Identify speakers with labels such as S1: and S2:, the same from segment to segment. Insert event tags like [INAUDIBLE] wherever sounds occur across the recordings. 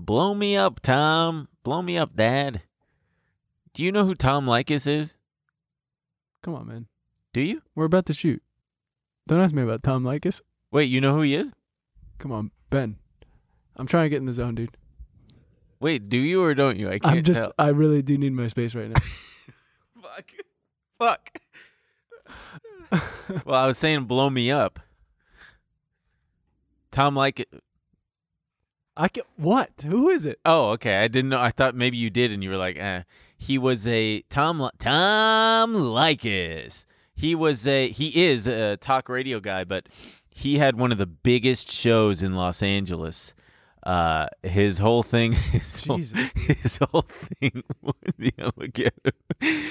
S1: Blow me up, Tom. Blow me up, Dad. Do you know who Tom Likas is?
S2: Come on, man.
S1: Do you?
S2: We're about to shoot. Don't ask me about Tom Likas.
S1: Wait, you know who he is?
S2: Come on, Ben. I'm trying to get in the zone, dude.
S1: Wait, do you or don't you? I can't
S2: I'm just [LAUGHS]
S1: tell.
S2: I really do need my space right
S1: [LAUGHS] Fuck. Fuck.
S2: now.
S1: Well, I was saying blow me up. Tom Likas.
S2: I can what? Who is it?
S1: Oh, okay. I didn't know. I thought maybe you did, and you were like, eh. He was a Tom Li- Tom Likas. He was a he is a talk radio guy, but he had one of the biggest shows in Los Angeles. Uh, his whole thing, [LAUGHS] his whole,
S2: Jesus.
S1: his whole thing, [LAUGHS] yeah, I'm gonna get him.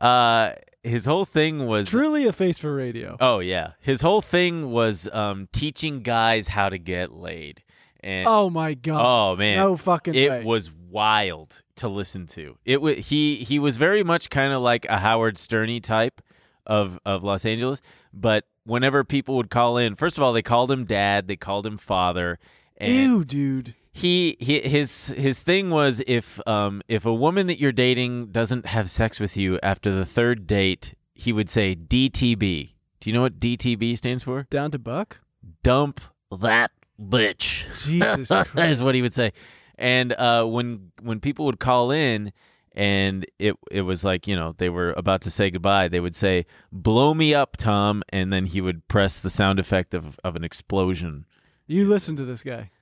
S1: uh, his whole thing was
S2: Truly a face for radio.
S1: Oh yeah, his whole thing was um teaching guys how to get laid. And
S2: Oh my god.
S1: Oh man,
S2: No fucking
S1: It
S2: way.
S1: was wild to listen to. It was he he was very much kind of like a Howard Sterney type of of Los Angeles, but whenever people would call in, first of all, they called him dad, they called him father, and
S2: Ew, dude.
S1: he, he his his thing was if um if a woman that you're dating doesn't have sex with you after the third date, he would say DTB. Do you know what DTB stands for?
S2: Down to Buck?
S1: Dump that bitch.
S2: Jesus
S1: That [LAUGHS]
S2: Christ.
S1: is what he would say. And uh, when when people would call in, and it it was like you know they were about to say goodbye, they would say "blow me up, Tom," and then he would press the sound effect of of an explosion.
S2: You listen to this guy.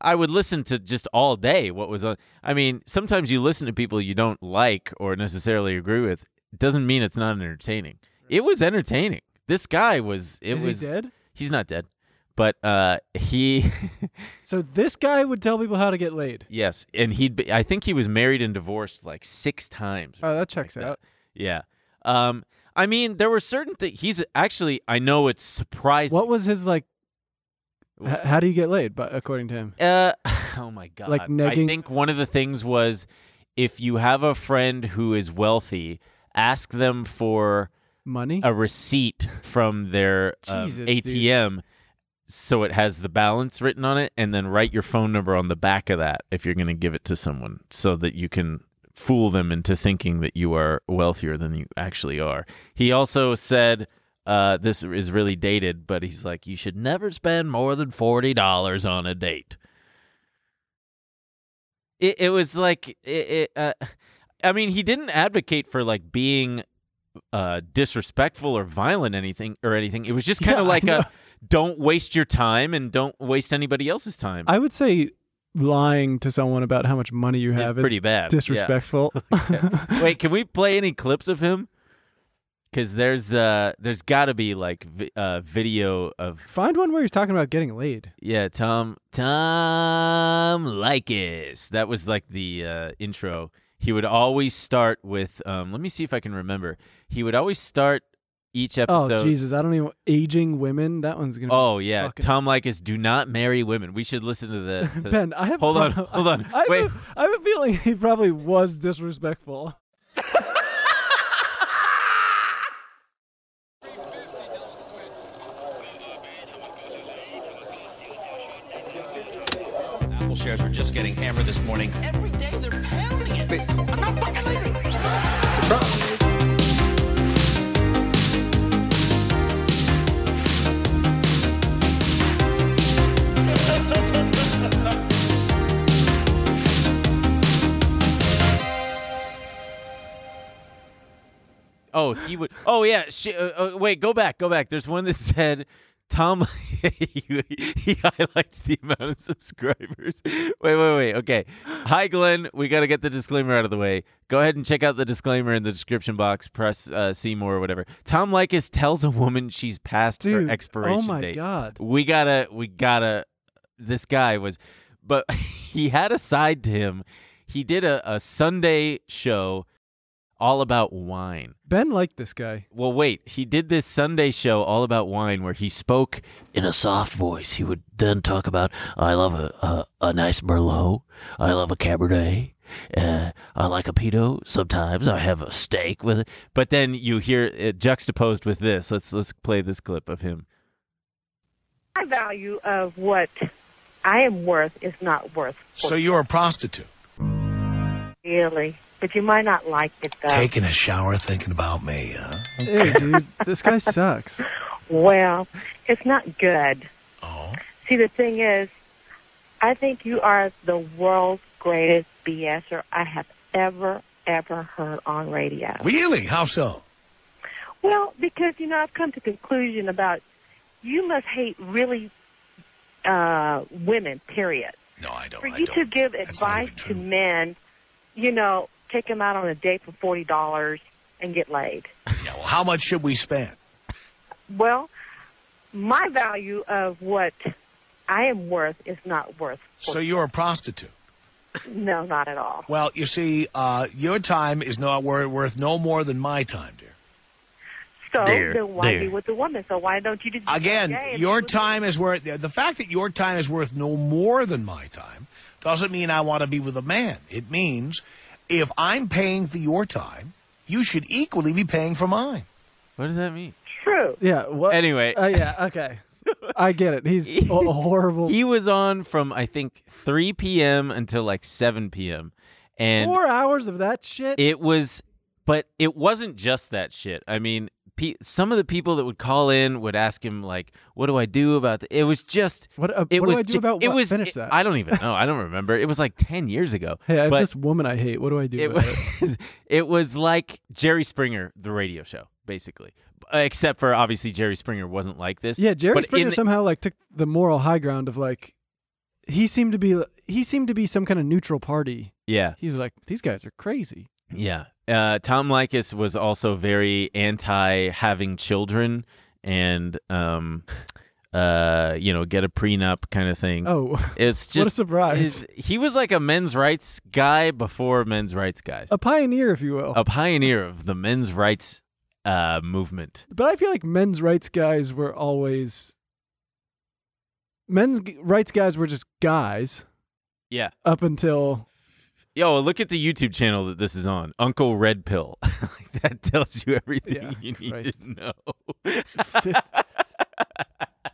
S1: I would listen to just all day what was on. I mean, sometimes you listen to people you don't like or necessarily agree with. It doesn't mean it's not entertaining. It was entertaining. This guy was. It
S2: Is
S1: was.
S2: he dead?
S1: He's not dead, but uh, he. [LAUGHS]
S2: So this guy would tell people how to get laid.
S1: Yes, and he'd be, I think he was married and divorced like six times. or
S2: Oh, that
S1: something like
S2: checks out.
S1: Yeah. Um, I mean, there were certain things. He's actually, I know it's surprising.
S2: What was his like h- how do you get laid? But according to him.
S1: Uh, [LAUGHS] oh my god!
S2: Like
S1: I
S2: negging-
S1: think one of the things was if you have a friend who is wealthy, ask them for
S2: Money?
S1: a receipt from their um,
S2: Jesus, dude.
S1: ATM. So it has the balance written on it, and then write your phone number on the back of that if you're going to give it to someone, so that you can fool them into thinking that you are wealthier than you actually are. He also said, uh, "This is really dated, but he's like, you should never spend more than forty dollars on a date." It it was like it. it uh, I mean, he didn't advocate for like being uh, disrespectful or violent anything or anything. It was just kind
S2: Yeah,
S1: of
S2: I
S1: like
S2: know.
S1: a don't waste your time and don't waste anybody else's time.
S2: I would say lying to someone about how much money you
S1: It's
S2: have
S1: pretty
S2: is
S1: bad. Yeah.
S2: disrespectful.
S1: [LAUGHS] Wait, can we play any clips of him? Because there's uh, there's got to be like vi- uh, video of
S2: [LAUGHS] Find one where he's talking about getting laid.
S1: yeah Tom Tom Likas. That was like the uh, intro. He would always start with. Um, let me see if I can remember. He would always start each
S2: Oh
S1: episode.
S2: Jesus, I don't even aging women. That one's [LAUGHS] gonna.
S1: Oh yeah,
S2: fucking-
S1: Tom Likas. Do not marry women. We should listen to the.
S2: [LAUGHS]
S1: to-
S2: Ben, I have.
S1: hold on,
S2: I-
S1: hold on.
S2: I, have
S1: Wait.
S2: A, I have a feeling he probably was disrespectful.
S3: Apple shares are just getting hammered this morning. Every day they're pounding it. I'm not fucking leaving.
S1: oh, he would. Oh yeah. She, uh, uh, wait, go back, go back. There's one that said. Tom, [LAUGHS] he, he highlights the amount of subscribers. Wait, wait, wait. Okay. Hi, Glenn. We got to get the disclaimer out of the way. Go ahead and check out the disclaimer in the description box. Press uh, see more or whatever. Tom Likas tells a woman she's past
S2: Dude,
S1: her expiration
S2: oh my
S1: date.
S2: god.
S1: we gotta we gotta this guy was but [LAUGHS] he had a side to him. He did a, a Sunday show all about wine.
S2: Ben liked this guy.
S1: Well, wait, he did this Sunday show all about wine where he spoke in a soft voice. He would then talk about, I love a, a, a nice Merlot, I love a Cabernet. Uh, I like a Pinot. Sometimes I have a steak with it, but then you hear it juxtaposed with this. Let's let's play this clip of him.
S4: My value of what I am worth is not worth
S5: So you're a prostitute.
S4: really, but you might not like it though.
S5: Taking a shower, thinking about me, huh?
S2: Hey, dude, this
S1: [LAUGHS]
S2: guy sucks.
S4: Well, it's not good.
S5: Oh.
S4: See, the thing is, I think you are the world's greatest BSer I have ever, ever heard on radio.
S5: Really? How so?
S4: Well, because you know, I've come to conclusion about you must hate really uh, women. Period.
S5: No, I don't.
S4: For
S5: I
S4: you to
S5: don't.
S4: give
S5: That's not
S4: advice
S5: even
S4: to
S5: true.
S4: men, you know, take them out on a date for forty dollars and get laid.
S5: Yeah, well, how much should we spend?
S4: Well, my value of what I am worth is not worth.
S5: So you're a prostitute.
S4: No, not at all.
S5: Well, you see, uh, your time is not wor- worth no more than my time, dear.
S4: So
S1: There,
S4: then why
S1: there.
S4: be with a woman? So why don't you just be
S5: Again,
S4: gay and
S5: your
S4: be with a
S5: time is worth the fact that your time is worth no more than my time doesn't mean I want to be with a man. It means if I'm paying for your time, you should equally be paying for mine.
S1: What does that mean?
S4: True.
S2: Yeah. What?
S1: Anyway.
S2: Uh, yeah. Okay. I get it. He's
S1: [LAUGHS]
S2: a a horrible.
S1: He was on from I think 3 p.m. until like 7 p.m. and
S2: Four hours of that shit.
S1: it was but it wasn't just that shit i mean pe- some of the people that would call in would ask him like what do i do about the-? it was just
S2: What, uh,
S1: it
S2: what do
S1: was
S2: I do
S1: ju-
S2: about
S1: it
S2: what?
S1: was
S2: Finish
S1: it-
S2: that.
S1: i don't even know i don't remember it was like 10 years ago
S2: Hey, I have
S1: but
S2: this woman I hate. What do I do?
S1: it
S2: about it?
S1: was [LAUGHS] it was like jerry springer the radio show basically Uh, except for obviously jerry springer wasn't like this
S2: Yeah, Jerry
S1: but in
S2: Springer
S1: the-
S2: somehow like took the moral high ground of like he seemed to be he seemed to be some kind of neutral party.
S1: yeah
S2: He's like these guys are crazy.
S1: Yeah. Uh, Tom Likas was also very anti having children and, um, uh, you know, get a prenup kind of thing.
S2: Oh, [LAUGHS]
S1: it's just
S2: a surprise.
S1: his- he was like a men's rights guy before men's rights guys,
S2: a pioneer, if you will.
S1: a pioneer of the men's rights uh, movement.
S2: But I feel like men's rights guys were always men's g- rights guys were just guys
S1: Yeah.
S2: up until
S1: Yo, look at the YouTube channel that this is on, Uncle Red Pill. [LAUGHS] Like, that tells you everything
S2: Yeah,
S1: you need
S2: Christ.
S1: to know. [LAUGHS]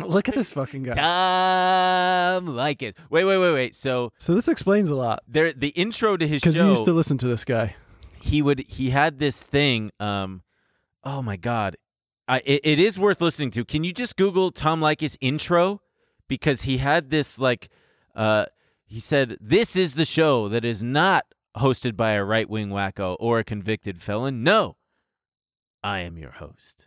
S2: look at this fucking guy.
S1: Tom Likas. Wait, wait, wait, wait. So
S2: So this explains a lot
S1: there, the intro to his
S2: because
S1: show.
S2: you used to listen to this guy.
S1: he would he had this thing um oh my god I, it, it is worth listening to can you just google tom Likas intro because he had this like uh he said this is the show that is not hosted by a right-wing wacko or a convicted felon no i am your host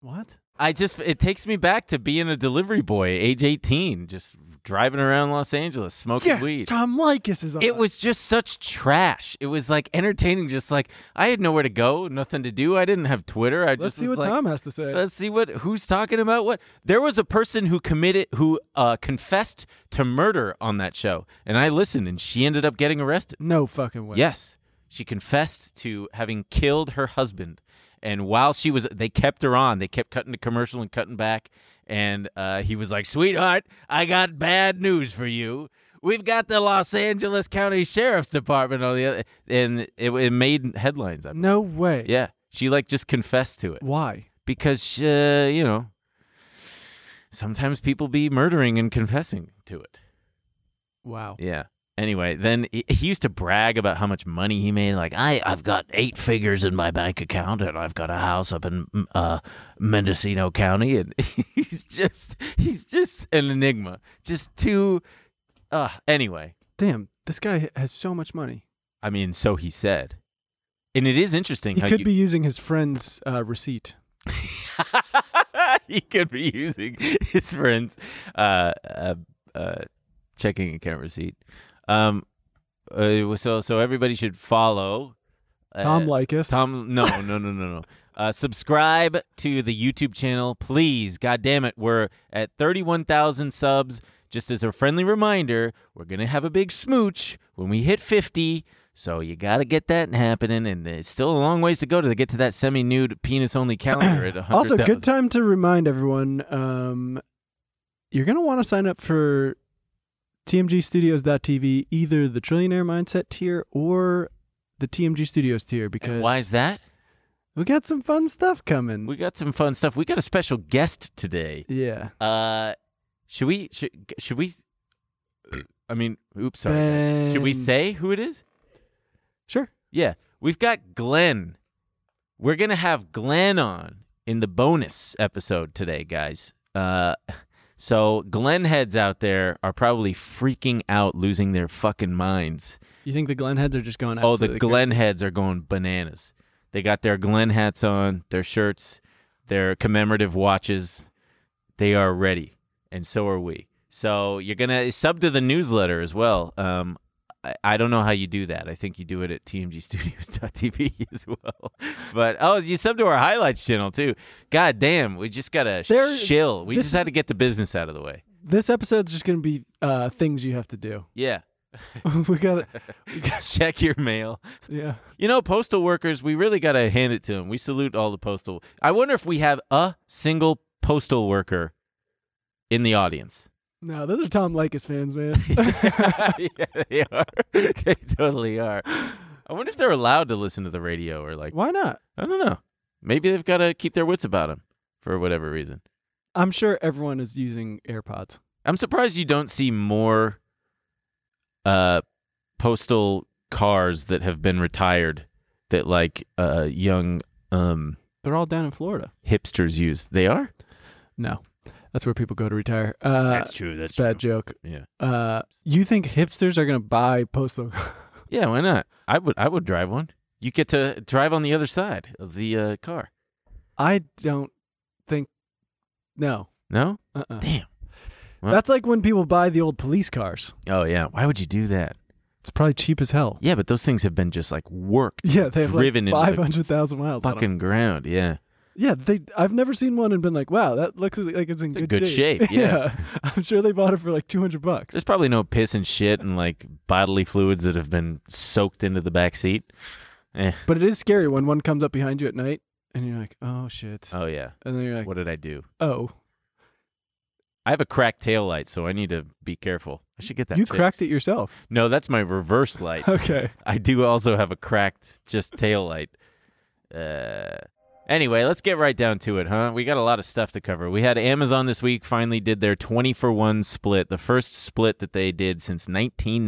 S2: What?
S1: i just it takes me back to being a delivery boy age 18 just driving around los angeles smoking
S2: Yeah,
S1: weed
S2: Tom Likas is on.
S1: it was just such trash. It was like entertaining, just like I had nowhere to go, nothing to do. I didn't have Twitter. I
S2: Let's
S1: just
S2: see
S1: was
S2: what
S1: like,
S2: Tom has to say.
S1: Let's see what who's talking about what. There was a person who committed who uh, confessed to murder on that show, and I listened, and she ended up getting arrested.
S2: No fucking way.
S1: Yes, she confessed to having killed her husband, and while she was, they kept her on. They kept cutting to commercial and cutting back, and uh, he was like, "Sweetheart, I got bad news for you. We've got the Los Angeles County Sheriff's Department on the other," and it, it made headlines. I
S2: No way.
S1: yeah, she like just confessed to it
S2: Why?
S1: because uh, you know sometimes people be murdering and confessing to it.
S2: Wow.
S1: Yeah. Anyway, then he he used to brag about how much money he made. Like, I, I've got eight figures in my bank account, and I've got a house up in mm, uh, Mendocino County. And [LAUGHS] he's just, he's just an enigma. Just too. Uh, anyway,
S2: Damn, this guy has so much money.
S1: I mean, so he said, and it is interesting.
S2: He
S1: how
S2: could
S1: you,
S2: be using his friend's uh, receipt.
S1: [LAUGHS] he could be using his friend's uh, uh, uh, checking account receipt. Um, uh, so so everybody should follow uh,
S2: Tom Likas.
S1: Tom, no, no, no, no, no. Uh, subscribe to the YouTube channel, please. God damn it, we're at thirty-one thousand subs. just as a friendly reminder, we're going to have a big smooch when we hit 50. So you got to get that happening. And it's still a long ways to go to get to that semi nude penis only calendar at 100.
S2: Also, good time to remind everyone um, you're going to want to sign up for TMGstudios.tv, either the Trillionaire Mindset tier or the TMG Studios tier, because
S1: And why is that?
S2: we got some fun stuff coming.
S1: We got some fun stuff. We got a special guest today.
S2: yeah.
S1: Uh, should we? Should, should we? I mean, oops, sorry. guys. Should we
S2: Ben.
S1: say who it is?
S2: Sure.
S1: Yeah, we've got Glenn. We're gonna have Glenn on in the bonus episode today, guys. Uh, so Glenn heads out there are probably freaking out, losing their fucking minds.
S2: You think the Glen heads are just going
S1: Oh, the
S2: absolutely
S1: Glen
S2: crazy?
S1: heads are going bananas. They got their Glen hats on, their shirts, their commemorative watches. They are ready, and so are we. So you're gonna sub to the newsletter as well. Um, I, I don't know how you do that. I think you do it at [LAUGHS] tmgstudios.tv as well. But oh, you sub to our highlights channel too. God damn, we just gotta
S2: There-
S1: chill. We
S2: this-
S1: just had to get the business out of the way.
S2: This episode's just going to be uh, things you have to do. [LAUGHS]
S1: Yeah, [LAUGHS]
S2: we got [LAUGHS] to,
S1: check your mail.
S2: yeah.
S1: You know, postal workers, we really got to hand it to them. We salute all the postal. I wonder if we have a single postal worker in the audience. [LAUGHS]
S2: No, those are Tom Likas fans, [LAUGHS] man.
S1: yeah, they are. They totally are. I wonder if they're allowed to listen to the radio or like,
S2: Why not?
S1: I don't know. Maybe they've got to keep their wits about them for whatever reason.
S2: I'm sure everyone is using AirPods.
S1: I'm surprised you don't see more uh postal cars that have been retired that like uh young um
S2: They're all down in Florida.
S1: hipsters use. They are?
S2: No, that's where people go to retire. Uh,
S1: That's true. That's
S2: bad joke.
S1: Yeah.
S2: Uh, you think hipsters are gonna buy postal? [LAUGHS]
S1: Yeah. Why not? I would. I would drive one. You get to drive on the other side of the uh, car.
S2: I don't think. No.
S1: No.
S2: Uh-uh.
S1: Damn. Well-
S2: That's like when people buy the old police cars.
S1: Oh yeah. Why would you do that?
S2: It's probably cheap as hell.
S1: Yeah, but those things have been just like worked.
S2: [LAUGHS] Yeah, they have
S1: driven into the
S2: like five hundred thousand miles. on 'em.
S1: fucking ground. Yeah.
S2: Yeah, they. I've never seen one and been like, "Wow, that looks like it's in
S1: It's in
S2: good,
S1: good shape,
S2: [LAUGHS]
S1: yeah.
S2: I'm sure they bought it for like two hundred bucks.
S1: There's probably no piss and shit and like bodily fluids that have been soaked into the back seat.
S2: But it is scary when one comes up behind you at night and you're like, "Oh shit,"
S1: Oh yeah.
S2: and then you're like,
S1: What did I do?
S2: "Oh,
S1: I have a cracked tail light, so I need to be careful. I should get that.
S2: you
S1: fixed.
S2: cracked it yourself."
S1: No, that's my reverse light.
S2: Okay.
S1: I do also have a cracked just tail light. Uh, anyway, let's get right down to it, huh? We got a lot of stuff to cover. We had Amazon this week finally did their 20 for 1 split, the first split that they did since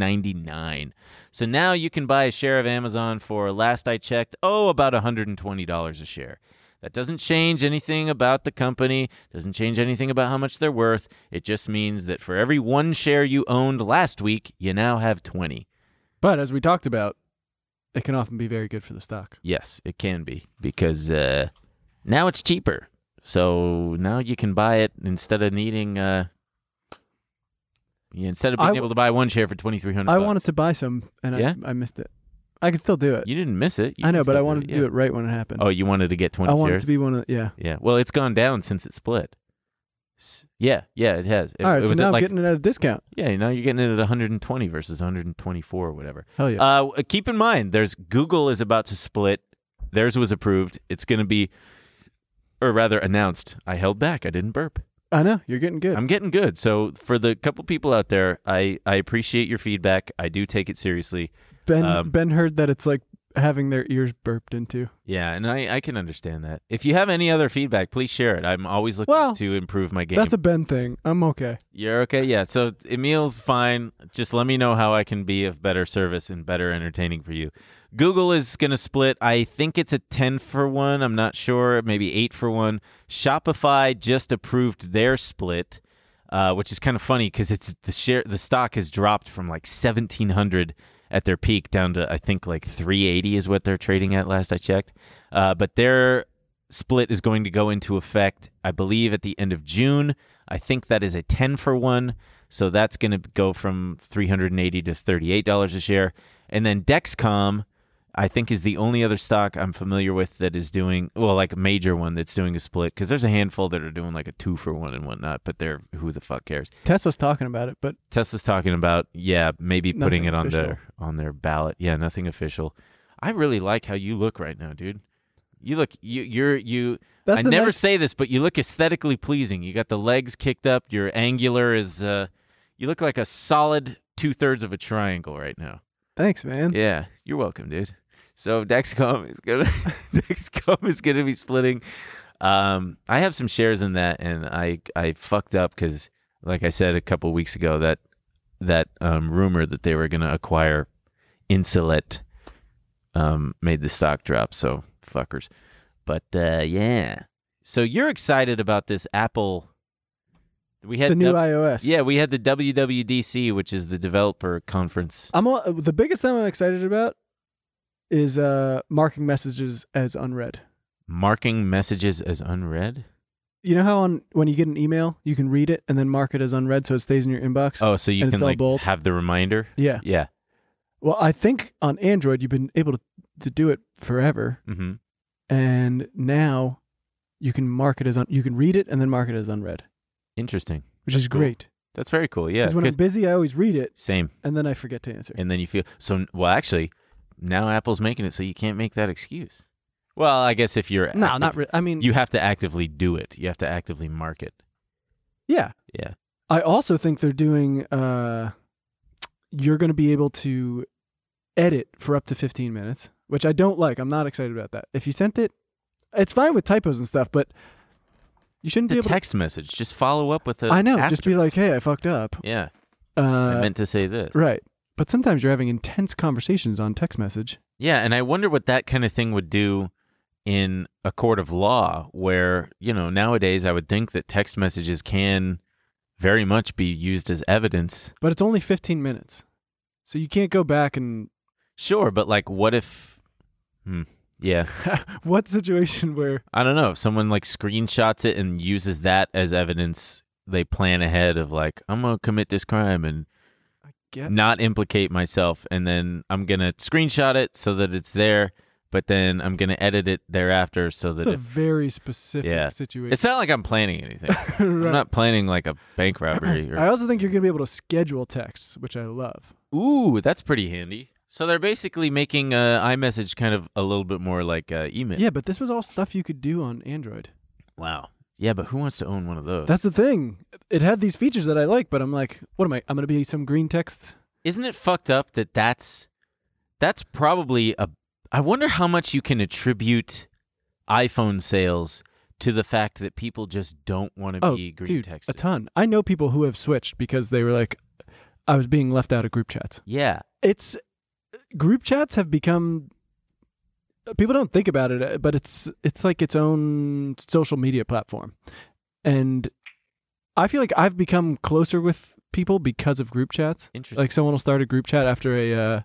S1: 1999. So now you can buy a share of Amazon for last I checked, oh, about $120 a share. That doesn't change anything about the company, doesn't change anything about how much they're worth. It just means that for every one share you owned last week, you now have 20.
S2: But as we talked about, it can often be very good for the stock.
S1: Yes, it can be because uh, now it's cheaper. So now you can buy it instead of needing. Uh, yeah, instead of being
S2: I w-
S1: able to buy one share for twenty three hundred.
S2: I wanted to buy some and
S1: Yeah?
S2: I, I missed it. I could still do it.
S1: You didn't miss it. You
S2: I
S1: can
S2: know, but
S1: still
S2: I wanted to do
S1: yeah.
S2: it right when it happened.
S1: Oh, you wanted to get twenty
S2: I wanted
S1: shares.
S2: to be one of yeah.
S1: yeah. Well, it's gone down since it split. S- Yeah, yeah, it has. It,
S2: All
S1: it
S2: right, so
S1: was
S2: now
S1: at
S2: I'm
S1: like
S2: getting it at a discount.
S1: yeah. Now you're getting it at one hundred and twenty versus one hundred and twenty four or whatever.
S2: Hell yeah.
S1: Uh, w- keep in mind, there's Google is about to split. Theirs was approved. It's going to be, or rather, announced. I held back. I didn't burp.
S2: I know you're getting good.
S1: I'm getting good. So for the couple people out there, I I appreciate your feedback. I do take it seriously.
S2: ben
S1: um,
S2: Ben heard that it's like having their ears burped into.
S1: Yeah, and I I can understand that. If you have any other feedback, please share it. I'm always looking
S2: Well,
S1: to improve my game.
S2: That's a Ben thing. I'm okay.
S1: You're okay. Yeah. So Emil's fine. Just let me know how I can be of better service and better entertaining for you. Google is going to split. I think it's a 10 for 1. I'm not sure. Maybe 8 for 1. Shopify just approved their split. Uh, which is kind of funny because it's the share the stock has dropped from like 1700 at their peak down to I think like 380 is what they're trading at last I checked. Uh, but their split is going to go into effect I believe at the end of June. I think that is a 10 for 1, so that's going to go from 380 to $38 a share. And then Dexcom I think is the only other stock I'm familiar with that is doing well, like a major one that's doing a split. Because there's a handful that are doing like a two for one and whatnot, but they're who the fuck cares.
S2: Tesla's talking about it, but
S1: Tesla's talking about yeah, maybe putting
S2: Nothing
S1: it on
S2: official.
S1: their on their ballot. Yeah, nothing official. I really like how you look right now, dude. You look you you're you.
S2: That's
S1: I
S2: the
S1: never
S2: next-
S1: say this, but you look aesthetically pleasing. You got the legs kicked up. Your angular is uh, you look like a solid two thirds of a triangle right now.
S2: thanks, man.
S1: Yeah, you're welcome, dude. So Dexcom is gonna [LAUGHS] Dexcom is gonna be splitting. Um, I have some shares in that, and I I fucked up because, like I said a couple weeks ago, that that um, rumor that they were gonna acquire Insulet um, made the stock drop. So fuckers. But uh, yeah, so you're excited about this Apple? We had
S2: the new
S1: the-
S2: iOS.
S1: yeah, we had the WWDC, which is the developer conference.
S2: I'm all, the biggest thing I'm excited about is uh marking messages as unread.
S1: marking messages as unread.
S2: You know how on when you get an email, you can read it and then mark it as unread so it stays in your inbox.
S1: Oh, so you
S2: And
S1: can
S2: it's all
S1: like
S2: bold.
S1: have the reminder.
S2: Yeah.
S1: Yeah.
S2: Well, I think on Android you've been able to, to do it forever,
S1: Mm-hmm.
S2: and now you can mark it as un, you can read it and then mark it as unread,
S1: Interesting.
S2: which
S1: That's
S2: is
S1: cool.
S2: great.
S1: That's very cool. Yeah.
S2: when I'm
S1: 'cause-
S2: busy, I always read it
S1: same.
S2: and then I forget to answer.
S1: And then you feel so. Well, actually, now Apple's making it so you can't make that excuse. Well, uh, I guess if you're
S2: no,
S1: active-
S2: not re- I mean,
S1: You have to actively do it. You have to actively mark it.
S2: yeah.
S1: Yeah.
S2: I also think they're doing. Uh, you're going to be able to edit for up to 15 minutes, which I don't like. I'm not excited about that. If you sent it, it's fine with typos and stuff, but you shouldn't
S1: It's a
S2: be able.
S1: text message. Just follow up with a.
S2: to, I know. Just be like,
S1: asterisk.
S2: hey, I fucked up.
S1: Yeah. I
S2: Uh,
S1: meant to say this.
S2: Right. But sometimes you're having intense conversations on text message.
S1: Yeah, and I wonder what that kind of thing would do in a court of law where, you know, nowadays I would think that text messages can very much be used as evidence.
S2: But it's only 15 minutes. So you can't go back and [LAUGHS]
S1: Sure, but like what if hmm, yeah, [LAUGHS]
S2: what situation where
S1: I don't know, if someone like screenshots it and uses that as evidence, they plan ahead of like I'm going to commit this crime and
S2: I get
S1: not implicate myself and then I'm going to screenshot it so that it's there, but then I'm going to edit it thereafter so
S2: it's
S1: that
S2: a
S1: if
S2: very specific
S1: Yeah.
S2: situation.
S1: It's not like I'm planning anything.
S2: [LAUGHS] Right.
S1: I'm not planning like a bank
S2: [CLEARS THROAT]
S1: robbery. [CLEARS THROAT]
S2: I
S1: Or,
S2: also think you're going to be able to schedule texts, which I love.
S1: ooh, that's pretty handy. So they're basically making uh, iMessage kind of a little bit more like uh, email.
S2: Yeah, but this was all stuff you could do on Android.
S1: Wow. Yeah, but who wants to own one of those?
S2: That's the thing. It had these features that I like, but I'm like, what am I? I'm going to be some green text.
S1: Isn't it fucked up that that's that's probably a. I wonder how much you can attribute iPhone sales to the fact that people just don't want to
S2: Oh,
S1: be green
S2: dude,
S1: texted.
S2: a ton. I know people who have switched because they were like, I was being left out of group chats.
S1: Yeah.
S2: it's group chats have become people don't think about it uh, but it's it's like its own social media platform and i feel like i've become closer with people because of group chats
S1: Interesting.
S2: like someone will start a group chat after a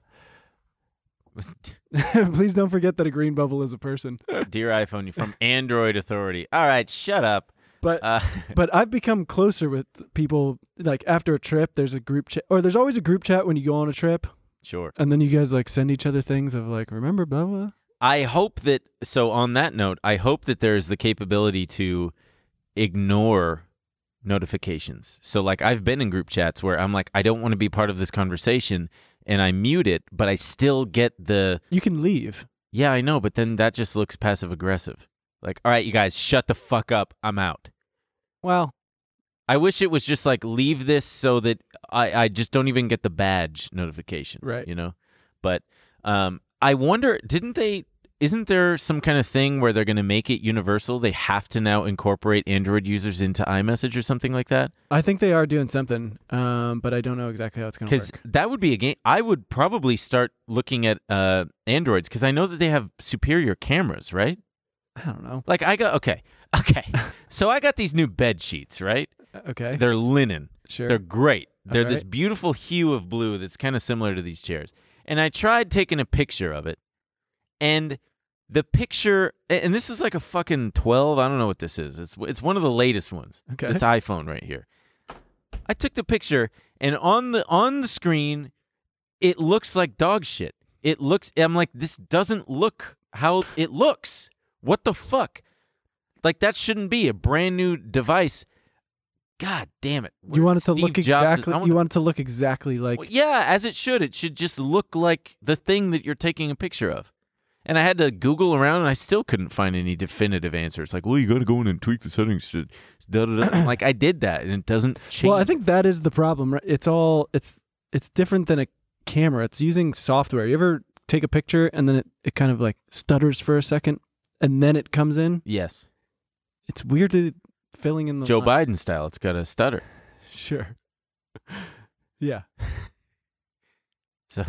S2: uh, [LAUGHS] please don't forget that a green bubble is a person
S1: Dear iPhone, you're from Android Authority. All right, shut up.
S2: but
S1: Uh,
S2: [LAUGHS]
S1: [LAUGHS]
S2: but I've become closer with people. Like after a trip, there's a group chat, or there's always a group chat when you go on a trip,
S1: sure.
S2: and then you guys like send each other things of like, remember blah blah.
S1: I hope that so on that note, I hope that there is the capability to ignore notifications. So like I've been in group chats where I'm like I don't want to be part of this conversation and I mute it, but I still get the
S2: You can leave.
S1: yeah, I know, but then that just looks passive aggressive. Like, all right, you guys, shut the fuck up. I'm out.
S2: Well,
S1: I wish it was just like leave this so that I, I just don't even get the badge notification.
S2: Right.
S1: You know? But um I wonder didn't they isn't there some kind of thing where they're gonna make it universal? They have to now incorporate Android users into iMessage or something like that?
S2: I think they are doing something, um, but I don't know exactly how it's going to
S1: Because
S2: work.
S1: that would be a game I would probably start looking at uh Androids because I know that they have superior cameras, right?
S2: I don't know.
S1: Like I got okay. [LAUGHS] Okay. so I got these new bed sheets, right?
S2: Uh, Okay,
S1: They're linen.
S2: sure.
S1: They're great. They're
S2: All
S1: this
S2: right.
S1: beautiful hue of blue that's kind of similar to these chairs. And I tried taking a picture of it, and the picture, a- and this is like a fucking twelve. I don't know what this is. It's it's one of the latest ones.
S2: Okay.
S1: This iPhone right here. I took the picture, and on the on the screen, it looks like dog shit. It looks. I'm like, this doesn't look how it looks. What the fuck? Like that shouldn't be a brand new device. God damn it!
S2: you
S1: Where
S2: want it to
S1: Steve
S2: look
S1: Jobs- I
S2: exactly.
S1: want-
S2: you want it to look exactly like.
S1: well, yeah, as it should. It should just look like the thing that you're taking a picture of. And I had to Google around, and I still couldn't find any definitive answer. It's like, well, you got to go in and tweak the settings. To da, da,
S2: [CLEARS THROAT]
S1: da. I'm like I did that, and it doesn't change.
S2: well, I think that is the problem. Right? It's all. It's it's different than a camera. It's using software. You ever take a picture and then it, it kind of like stutters for a second and then it comes in.
S1: yes,
S2: It's weirdly filling in the.
S1: Joe
S2: line.
S1: Biden style. It's got a stutter.
S2: [LAUGHS] Sure. Yeah.
S1: So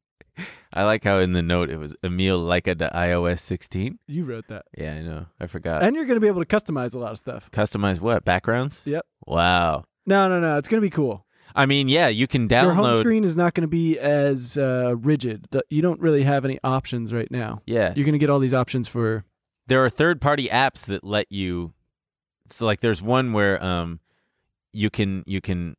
S1: [LAUGHS] I like how in the note it was Emil Leica to iOS 16.
S2: You wrote that.
S1: Yeah, I know. I forgot.
S2: And you're going to be able to customize a lot of stuff.
S1: Customize what? Backgrounds?
S2: Yep.
S1: Wow.
S2: No, no, no. It's going to be cool.
S1: I mean, yeah, you can
S2: Your home
S1: download.
S2: screen is not going to be as uh, rigid. The- You don't really have any options right now.
S1: Yeah.
S2: You're going to get all these options for.
S1: there are third party apps that let you it's like there's one where um you can you can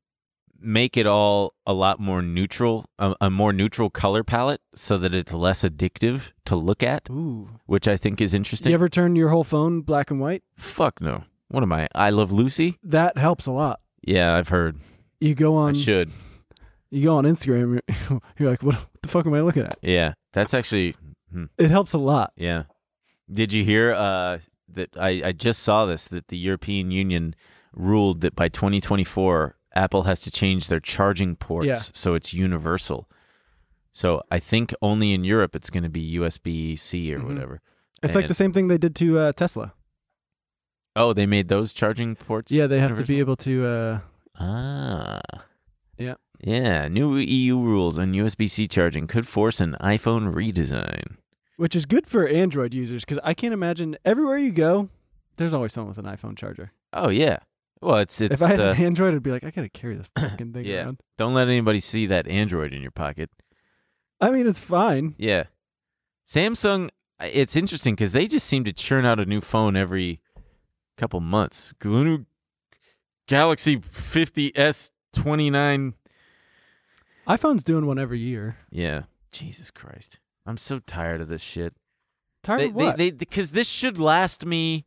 S1: make it all a lot more neutral a, a more neutral color palette so that it's less addictive to look at
S2: Ooh.
S1: which i think is interesting
S2: You ever turn your whole phone black and white?
S1: fuck no what am i i love lucy
S2: That helps a lot.
S1: yeah i've heard
S2: You go
S1: i
S2: on.
S1: should
S2: You go on Instagram. You're, [LAUGHS] you're like, what, what the fuck am I looking at?
S1: yeah that's actually
S2: It helps a lot.
S1: Yeah. Did you hear uh, that? I, I just saw this that the European Union ruled that by 2024, Apple has to change their charging ports
S2: Yeah.
S1: so it's universal. So I think only in Europe it's going to be USB C or
S2: Mhm.
S1: whatever.
S2: It's like
S1: And-
S2: the same thing they did to uh, Tesla.
S1: Oh, they made those charging ports.
S2: Yeah, they have to be
S1: universal?
S2: able to. Uh,
S1: Ah.
S2: Yeah.
S1: Yeah. New EU rules on USB C charging could force an iPhone redesign.
S2: which is good for Android users because I can't imagine everywhere you go, there's always someone with an iPhone charger.
S1: Oh yeah. Well, it's it's.
S2: if I had
S1: uh,
S2: an Android, I'd be like, I gotta carry this fucking thing
S1: Yeah.
S2: around.
S1: don't let anybody see that Android in your pocket.
S2: I mean, it's fine.
S1: Yeah. Samsung, it's interesting because they just seem to churn out a new phone every couple months. The new Galaxy 50S 29.
S2: iPhone's doing one every year.
S1: Yeah. Jesus Christ. I'm so tired of this shit.
S2: Tired
S1: They,
S2: of what?
S1: They, they, because this should last me,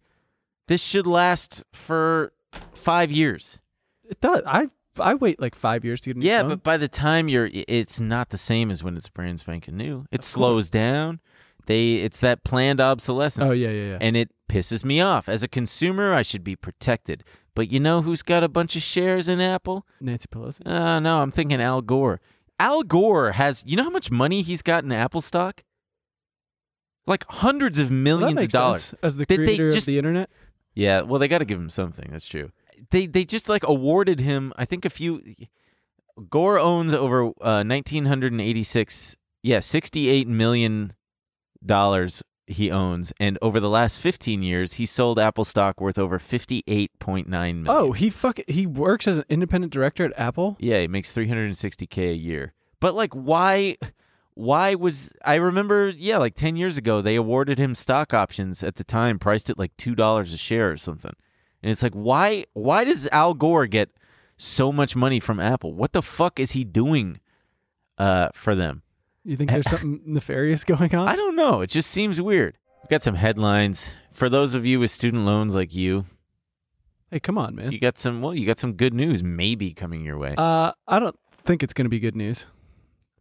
S1: this should last for five years.
S2: it does. I I wait like five years to get a new
S1: Yeah,
S2: phone.
S1: but by the time you're, i- it's not the same as when it's brand spanking new. It slows down. They, it's that planned obsolescence.
S2: oh yeah, yeah, yeah.
S1: and it pisses me off. As a consumer, I should be protected. But you know who's got a bunch of shares in Apple?
S2: Nancy Pelosi.
S1: Uh, no, I'm thinking Al Gore. Al Gore has, you know how much money he's got in Apple stock? Like hundreds of
S2: Well, that
S1: millions of
S2: makes
S1: dollars.
S2: sense as the
S1: Did they
S2: creator
S1: just-
S2: of the internet.
S1: Yeah, well, they got to give him something. That's true. They they just like awarded him. I think a few. Gore owns over uh, 1986. Yeah, 68 million dollars he owns, and over the last 15 years, he sold Apple stock worth over 58.9 million.
S2: Oh, he fuck. He works as an independent director at Apple.
S1: Yeah, he makes 360k a year. But like why why was I remember yeah, like 10 years ago they awarded him stock options at the time priced at like $2 a share or something. And it's like why why does Al Gore get so much money from Apple? What the fuck is he doing uh for them?
S2: You think there's
S1: [LAUGHS]
S2: something nefarious going on?
S1: I don't know. It just seems weird. We got some headlines for those of you with student loans like you.
S2: hey, come on, man.
S1: You got some well, you got some good news maybe coming your way.
S2: Uh, I don't think it's going to be good news.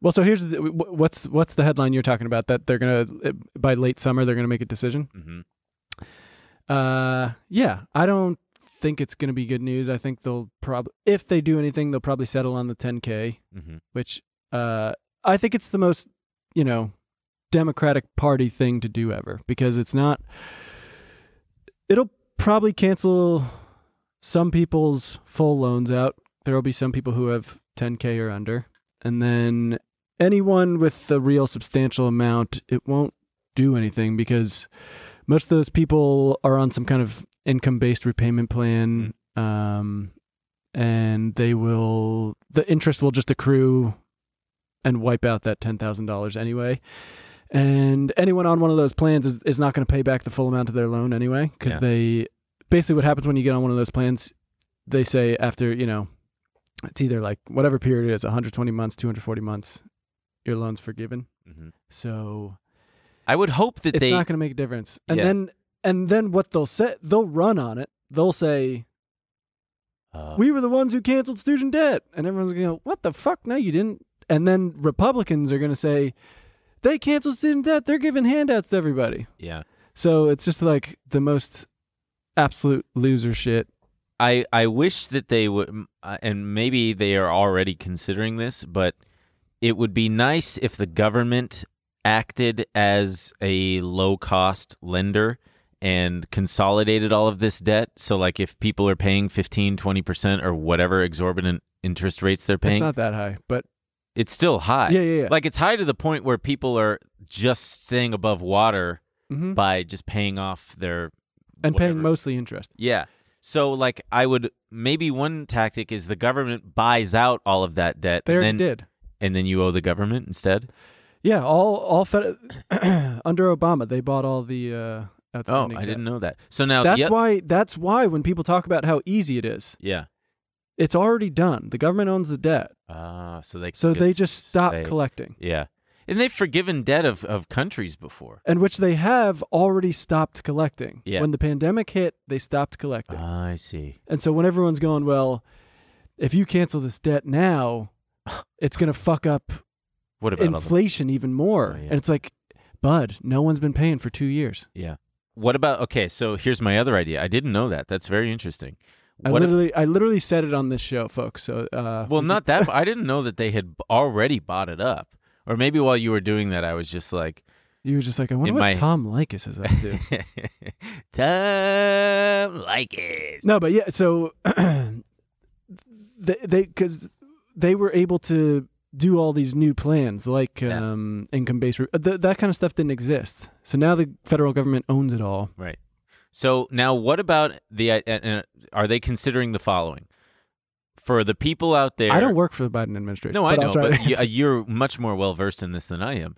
S2: Well, so here's the, wh- what's what's the headline you're talking about that they're going to by late summer they're going to make a decision.
S1: Mhm.
S2: Uh, yeah, I don't think it's going to be good news. I think they'll probably if they do anything, they'll probably settle on the 10k,
S1: Mhm.
S2: which uh, I think it's the most you know Democratic Party thing to do ever because it's not. It'll probably cancel some people's full loans out. There will be some people who have 10k or under, and then anyone with a real substantial amount, it won't do anything because most of those people are on some kind of income-based repayment plan, um, and they will the interest will just accrue and wipe out that ten thousand dollars anyway. And anyone on one of those plans is, is not going to pay back the full amount of their loan anyway because
S1: Yeah.
S2: they basically what happens when you get on one of those plans, they say after you know it's either like whatever period it is 120 months 240 months your loan's forgiven.
S1: Mhm.
S2: So
S1: I would hope that
S2: it's
S1: they.
S2: not going to make a difference. And
S1: Yeah.
S2: then and then what they'll say, they'll run on it. They'll say
S1: Uh,
S2: we were the ones who canceled student debt, and everyone's going to go, "What the fuck? No, you didn't." And then Republicans are going to say they canceled student debt. They're giving handouts to everybody.
S1: yeah.
S2: So it's just like the most absolute loser shit.
S1: I I wish that they would, m- uh, and maybe they are already considering this, but it would be nice if the government acted as a low cost lender and consolidated all of this debt. So like if people are paying 15, 20% or whatever exorbitant interest rates they're
S2: It's
S1: paying,
S2: not that high, but
S1: it's still high.
S2: Yeah, yeah, yeah.
S1: Like it's high to the point where people are just staying above water
S2: mhm.
S1: by just paying off their
S2: and paying
S1: whatever.
S2: mostly interest.
S1: Yeah. So like I would maybe one tactic is the government buys out all of that debt.
S2: They
S1: and
S2: already
S1: then,
S2: did.
S1: And then you owe the government instead.
S2: Yeah, all all fed- [CLEARS THROAT] under Obama they bought all the. Uh,
S1: Oh,
S2: outstanding
S1: I
S2: debt.
S1: didn't know that. So now
S2: That's
S1: the, oth-
S2: why. That's why when people talk about how easy it is,
S1: Yeah.
S2: it's already done. The government owns the debt,
S1: Ah, so they
S2: so
S1: could
S2: they just stop
S1: say-
S2: collecting,
S1: Yeah. And they've forgiven debt of, of countries before.
S2: and which they have already stopped collecting.
S1: Yeah. Uh-huh.
S2: When the pandemic hit, they stopped collecting,
S1: I see.
S2: and so when everyone's going, well, if you cancel this debt
S1: [LAUGHS]
S2: now, it's gonna fuck up
S1: What about all the-
S2: inflation even more.
S1: Oh, yeah.
S2: And it's like, bud, no one's been paying for two years.
S1: Yeah. What about okay, so here's my other idea. I didn't know that. That's very interesting.
S2: I
S1: What ab-
S2: literally, I literally said it on this show, folks. So, uh,
S1: Well, not that. I didn't know that they had b- already bought it up. Or maybe while you were doing that, I was just like,
S2: [LAUGHS] you were just like, I wonder
S1: In
S2: what
S1: my-
S2: Tom Likas is
S1: [LAUGHS]
S2: up to.
S1: Tom like it.
S2: no, but yeah, so [CLEARS THROAT] they, they, because they were able to do all these new plans like
S1: Yeah.
S2: um, income-based, re- uh, th- that kind of stuff didn't exist. So now the federal government owns it all.
S1: Right. So now, what about the? Uh, uh, are they considering the following for the people out there?
S2: I don't work for the Biden administration.
S1: No, I
S2: but I'll
S1: know,
S2: try
S1: but
S2: to-
S1: you, uh, you're much more well versed in this than I am.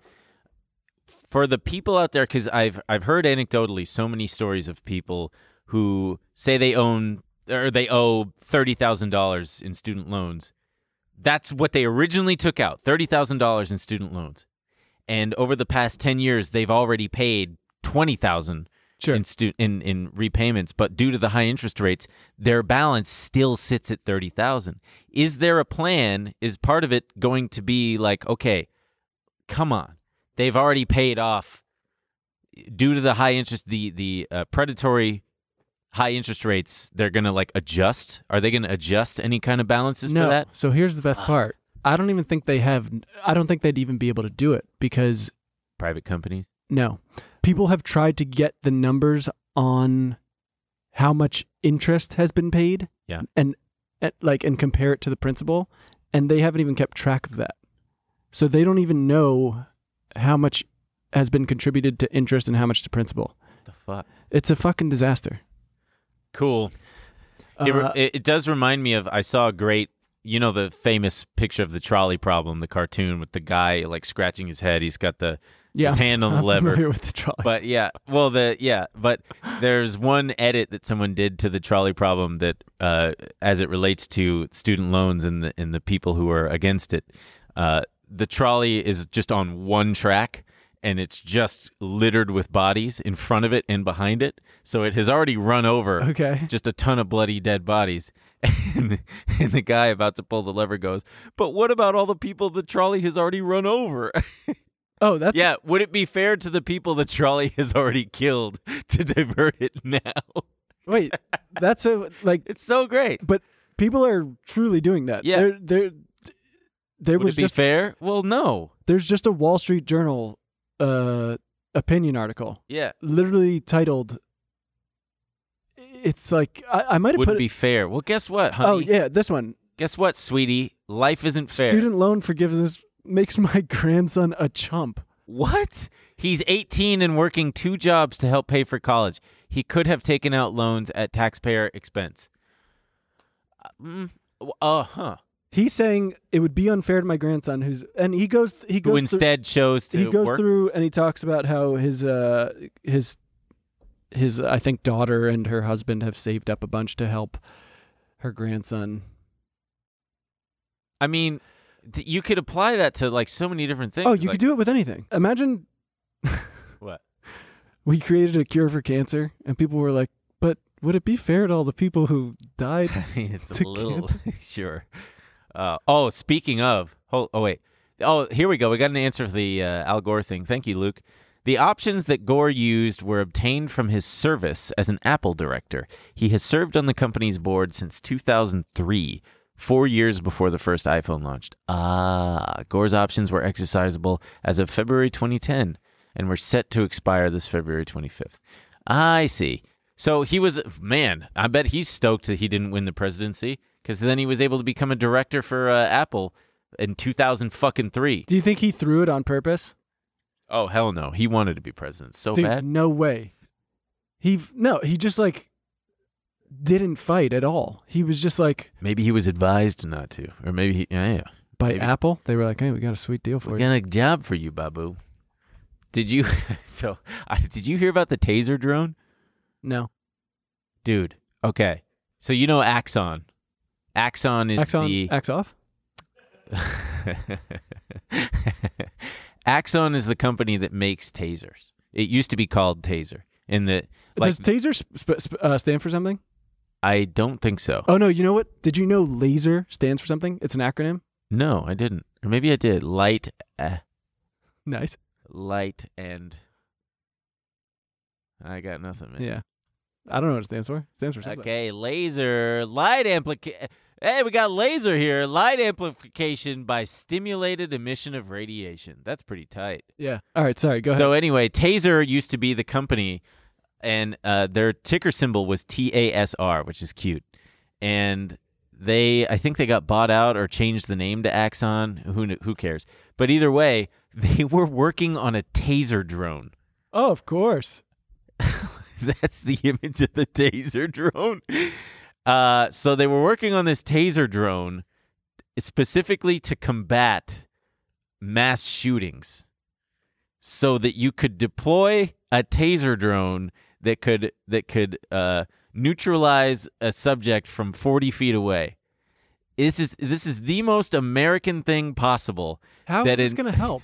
S1: For the people out there, because I've I've heard anecdotally so many stories of people who say they own or they owe thirty thousand dollars in student loans. That's what they originally took out thirty thousand dollars in student loans, and over the past ten years, they've already paid twenty thousand
S2: [LAUGHS] sure.
S1: in, stu- in in repayments, but due to the high interest rates, their balance still sits at thirty thousand. Is there a plan? Is part of it going to be like, okay, come on, they've already paid off due to the high interest, the the uh, predatory high interest rates. They're gonna like adjust. Are they gonna adjust any kind of balances
S2: no.
S1: for that?
S2: So here's the best part. I don't even think they have. I don't think they'd even be able to do it because
S1: Private companies.
S2: No. People have tried to get the numbers on how much interest has been paid.
S1: Yeah.
S2: And, and like and compare it to the principal and they haven't even kept track of that. So they don't even know how much has been contributed to interest and how much to principal.
S1: the fuck.
S2: It's a fucking disaster.
S1: Cool. It, re-
S2: Uh,
S1: it, it does remind me of I saw a great, you know, the famous picture of the trolley problem, the cartoon with the guy like scratching his head. He's got the his hand on the
S2: I'm familiar
S1: lever.
S2: with the trolley. [LAUGHS]
S1: But yeah, well, the yeah, but there's one edit that someone did to the trolley problem that, uh, as it relates to student loans and the and the people who are against it, uh, the trolley is just on one track. And it's just littered with bodies in front of it and behind it, so it has already run over
S2: okay.
S1: just a ton of bloody dead bodies. [LAUGHS] And the, and the guy about to pull the lever goes, But what about all the people the trolley has already run over? [LAUGHS]
S2: Oh, that's
S1: yeah, would it be fair to the people the trolley has already killed [LAUGHS] to divert it now? [LAUGHS]
S2: wait. That's a like
S1: It's so great.
S2: but people are truly doing that.
S1: Yeah.
S2: There there there
S1: Would
S2: was
S1: it be
S2: just
S1: fair? Well, no.
S2: there's just a Wall Street Journal uh, opinion article,
S1: Yeah.
S2: literally titled. It's like I, I might have
S1: Would
S2: put.
S1: it be fair? Well, guess what, honey?
S2: oh yeah, this one.
S1: Guess what, sweetie? Life isn't fair.
S2: Student loan forgiveness makes my [LAUGHS] grandson a chump.
S1: What? He's 18 and working two jobs to help pay for college. He could have taken out loans at taxpayer expense. Uh, Mm, uh huh.
S2: He's saying it would be unfair to my grandson, who's and he goes he
S1: Who
S2: goes through-
S1: instead chose to
S2: he goes
S1: work.
S2: through and he talks about how his uh his his I think daughter and her husband have saved up a bunch to help her grandson.
S1: I mean, Th- You could apply that to like so many different things.
S2: Oh, you
S1: like,
S2: could do it with anything. Imagine [LAUGHS]
S1: what?
S2: we created a cure for cancer and people were like, but would it be fair to all the people who
S1: [LAUGHS]
S2: died?
S1: I mean, it's a
S2: To
S1: little [LAUGHS] sure. Uh, oh, speaking of, hold, oh wait, oh here we go. We got an answer for the uh, Al Gore thing. Thank you, Luke. The options that Gore used were obtained from his service as an Apple director. He has served on the company's board since 2003, four years before the first iPhone launched. Ah, Gore's options were exercisable as of February 2010 and were set to expire this February 25th. I see. So he was man. I bet he's stoked that he didn't win the presidency because then he was able to become a director for uh, Apple in 2000 fucking three.
S2: Do you think he threw it on purpose?
S1: Oh hell no, he wanted to be president so
S2: Dude,
S1: bad.
S2: no way. He no, he just like didn't fight at all. He was just like
S1: Maybe he was advised not to, or maybe he, yeah, yeah.
S2: by
S1: Maybe.
S2: Apple. They were like, "Hey, we got a sweet deal for
S1: We
S2: you."
S1: got a job for you, Babu. Did you? [LAUGHS] so I, did you hear about the taser drone,
S2: No,
S1: dude? Okay, so you know Axon. Axon is
S2: Axon,
S1: the
S2: Ax off.
S1: [LAUGHS] Axon is the company that makes tasers. It used to be called Taser. In the like,
S2: Does Taser sp- sp- sp- uh, stand for something?
S1: I don't think so.
S2: Oh no, you know what? Did you know Laser stands for something? It's an acronym.
S1: No, I didn't. Or maybe I did. Light, uh,
S2: Nice.
S1: light, and I got nothing, man.
S2: Yeah. I don't know what it stands for. It stands for something.
S1: Okay, laser, light amplification. Hey, we got laser here. Light amplification by stimulated emission of radiation. That's pretty tight.
S2: Yeah. All right. Sorry. Go ahead.
S1: So anyway, Taser used to be the company, and uh, their ticker symbol was TASR, which is cute. And they, I think they got bought out or changed the name to Axon. Who kn- who cares? But either way, [LAUGHS] they were working on a Taser drone.
S2: oh, of course.
S1: [LAUGHS] That's the image of the taser drone. Uh, so they were working on this taser drone specifically to combat mass shootings so that you could deploy a taser drone that could that could uh, neutralize a subject from 40 feet away. This is this is the most American thing possible [LAUGHS]
S2: How is
S1: That
S2: this
S1: in-
S2: going
S1: [LAUGHS]
S2: to help?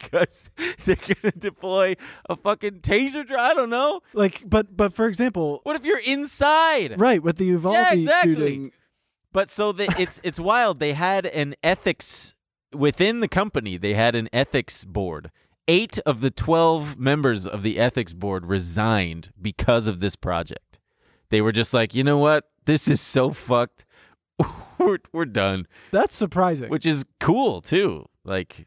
S1: because they're gonna deploy a fucking taser drone. I don't know.
S2: Like, but but for example,
S1: What if you're inside?
S2: right with the Uvalde
S1: Yeah, exactly.
S2: shooting,
S1: But so they,
S2: [LAUGHS]
S1: it's it's wild. They had an ethics within the company. They had an ethics board. Eight of the twelve members of the ethics board resigned because of this project. They were just like, you know what? This is so fucked. [LAUGHS] we're we're done.
S2: that's surprising.
S1: Which is cool too. Like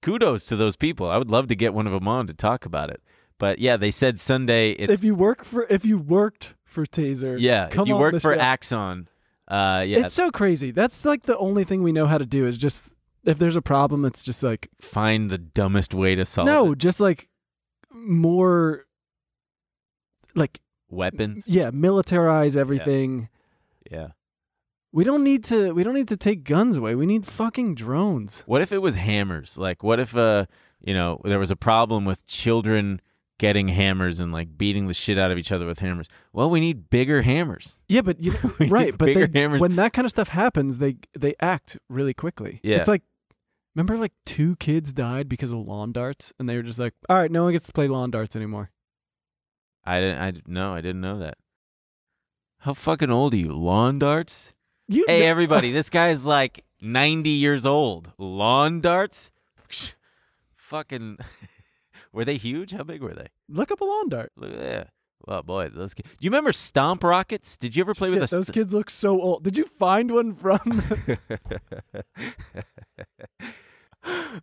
S1: kudos to those people. I would love to get one of them on to talk about it. But yeah, they said Sunday it's
S2: if you work for if you worked for Taser,
S1: yeah,
S2: come
S1: if you
S2: on
S1: work
S2: the
S1: for
S2: show.
S1: Axon, uh yeah,
S2: It's so crazy. That's like the only thing we know how to do is just if there's a problem, it's just like
S1: find the dumbest way to solve
S2: no,
S1: it.
S2: just like more like
S1: weapons.
S2: yeah, militarize everything.
S1: Yeah.
S2: We don't need to we don't need to take guns away. We need fucking drones.
S1: What if it was hammers? Like what if uh you know, there was a problem with children getting hammers and like beating the shit out of each other with hammers. Well, we need bigger hammers.
S2: Yeah, but
S1: [LAUGHS]
S2: you
S1: We
S2: right,
S1: need
S2: but
S1: bigger
S2: they,
S1: hammers.
S2: when that kind of stuff happens, they they act really quickly.
S1: Yeah.
S2: It's like remember like two kids died because of lawn darts and they were just like, "All right, no one gets to play lawn darts anymore."
S1: I didn't I no, I didn't know that. How fucking old are you? Lawn
S2: [LAUGHS]
S1: darts?
S2: You
S1: Hey
S2: kn-
S1: everybody, this guy's like 90 years old. Lawn darts? [LAUGHS] fucking [LAUGHS] Were they huge? How big were they?
S2: [LAUGHS] look up a lawn dart.
S1: Look at that. Oh boy, those kids. Do you remember stomp rockets? Did you ever play
S2: Shit,
S1: with a
S2: those
S1: st-
S2: kids look so old. Did you find one from [LAUGHS]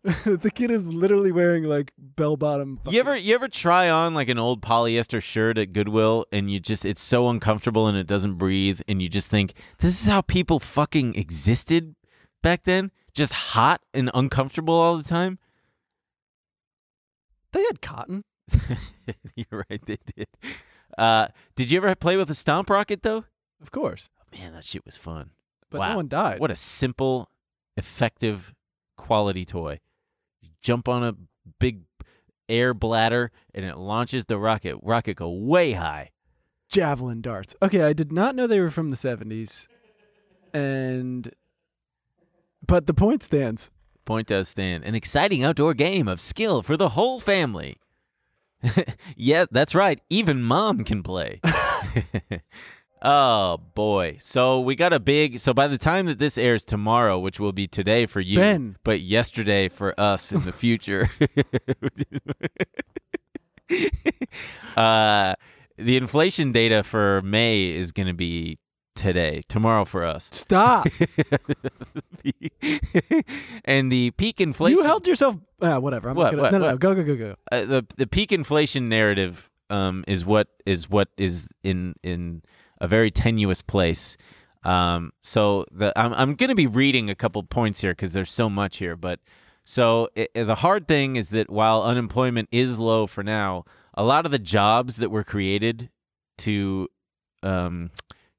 S2: the kid is literally wearing like bell bottom.
S1: [LAUGHS] You ever you ever try on like an old polyester shirt at Goodwill and you just it's so uncomfortable and it doesn't breathe and you just think this is how people fucking existed back then? Just hot and uncomfortable all the time?
S2: They had cotton.
S1: [LAUGHS] You're right, they did. Uh, did you ever play with a stomp rocket though? Oh,
S2: Of course.
S1: Man, that shit was fun.
S2: But
S1: Wow.
S2: no one died.
S1: What a simple, effective, quality toy. You jump on a big air bladder and it launches the rocket. Rocket go way high.
S2: javelin darts. Okay, I did not know they were from the 70s. And But the point stands.
S1: Point does stand. An exciting outdoor game of skill for the whole family. [LAUGHS] yeah, that's right. Even mom can play. [LAUGHS] oh boy. So we got a big so by the time that this airs tomorrow, which will be today for you,
S2: Ben.
S1: but yesterday for us in the future. [LAUGHS] uh the inflation data for May is going to be today, tomorrow for us. [LAUGHS]
S2: Stop.
S1: and the peak [LAUGHS] inflation
S2: you held yourself. Ah, whatever. I'm
S1: What,
S2: not gonna,
S1: what,
S2: no, no, no.
S1: what?
S2: Go, go, go, go.
S1: uh, the the peak inflation narrative um, is what is what is in in a very tenuous place. Um, so the I'm I'm going to be reading a couple points here because there's so much here. But so i i- the hard thing is that while unemployment is low for now, a lot of the jobs that were created to um,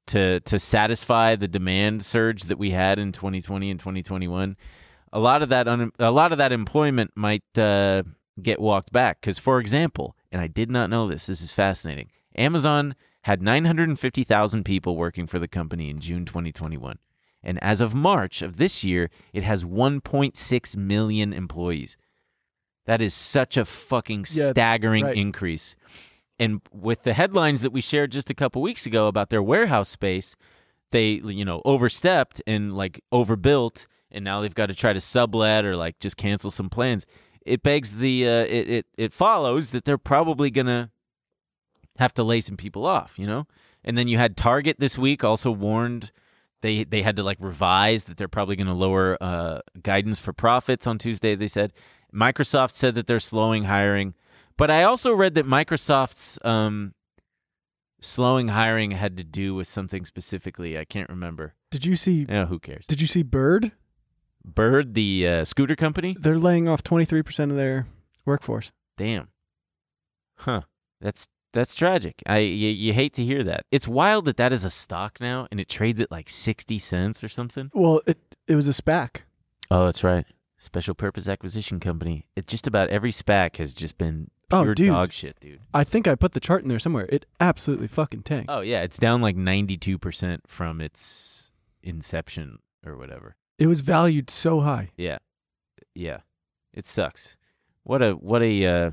S1: to to satisfy the demand surge that we had in 2020 and 2021 a lot of that un- a lot of that employment might uh, get walked back because for example and i did not know this this is fascinating amazon had 950000 people working for the company in june 2021 and as of march of this year it has 1.6 million employees that is such a fucking
S2: Yeah,
S1: staggering
S2: right.
S1: increase and with the headlines that we shared just a couple weeks ago about their warehouse space they you know overstepped and like overbuilt and now they've got to try to sublet or like just cancel some plans it begs the uh, it, it it follows that they're probably gonna have to lay some people off you know and then you had target this week also warned they they had to like revise that they're probably going to lower uh, guidance for profits on Tuesday. They said Microsoft said that they're slowing hiring, but I also read that Microsoft's um, slowing hiring had to do with something specifically. I can't remember.
S2: Did you see?
S1: [LAUGHS] Yeah, Oh, who cares?
S2: Did you see Bird?
S1: Bird, the uh, scooter company.
S2: They're laying off 23 percent of their workforce.
S1: Damn. Huh. That's that's tragic. I you, you hate to hear that. It's wild that that is a stock now and it trades at like sixty cents or something.
S2: Well, it it was a SPAC.
S1: Oh, that's right. Special purpose acquisition company. It just about every SPAC has just been
S2: Oh,
S1: pure
S2: dude.
S1: dog shit, dude.
S2: I think I put the chart in there somewhere. It absolutely fucking tanked.
S1: Oh yeah, it's down like ninety two percent from its inception or whatever.
S2: It was valued so high.
S1: Yeah, yeah, it sucks. What a what a uh,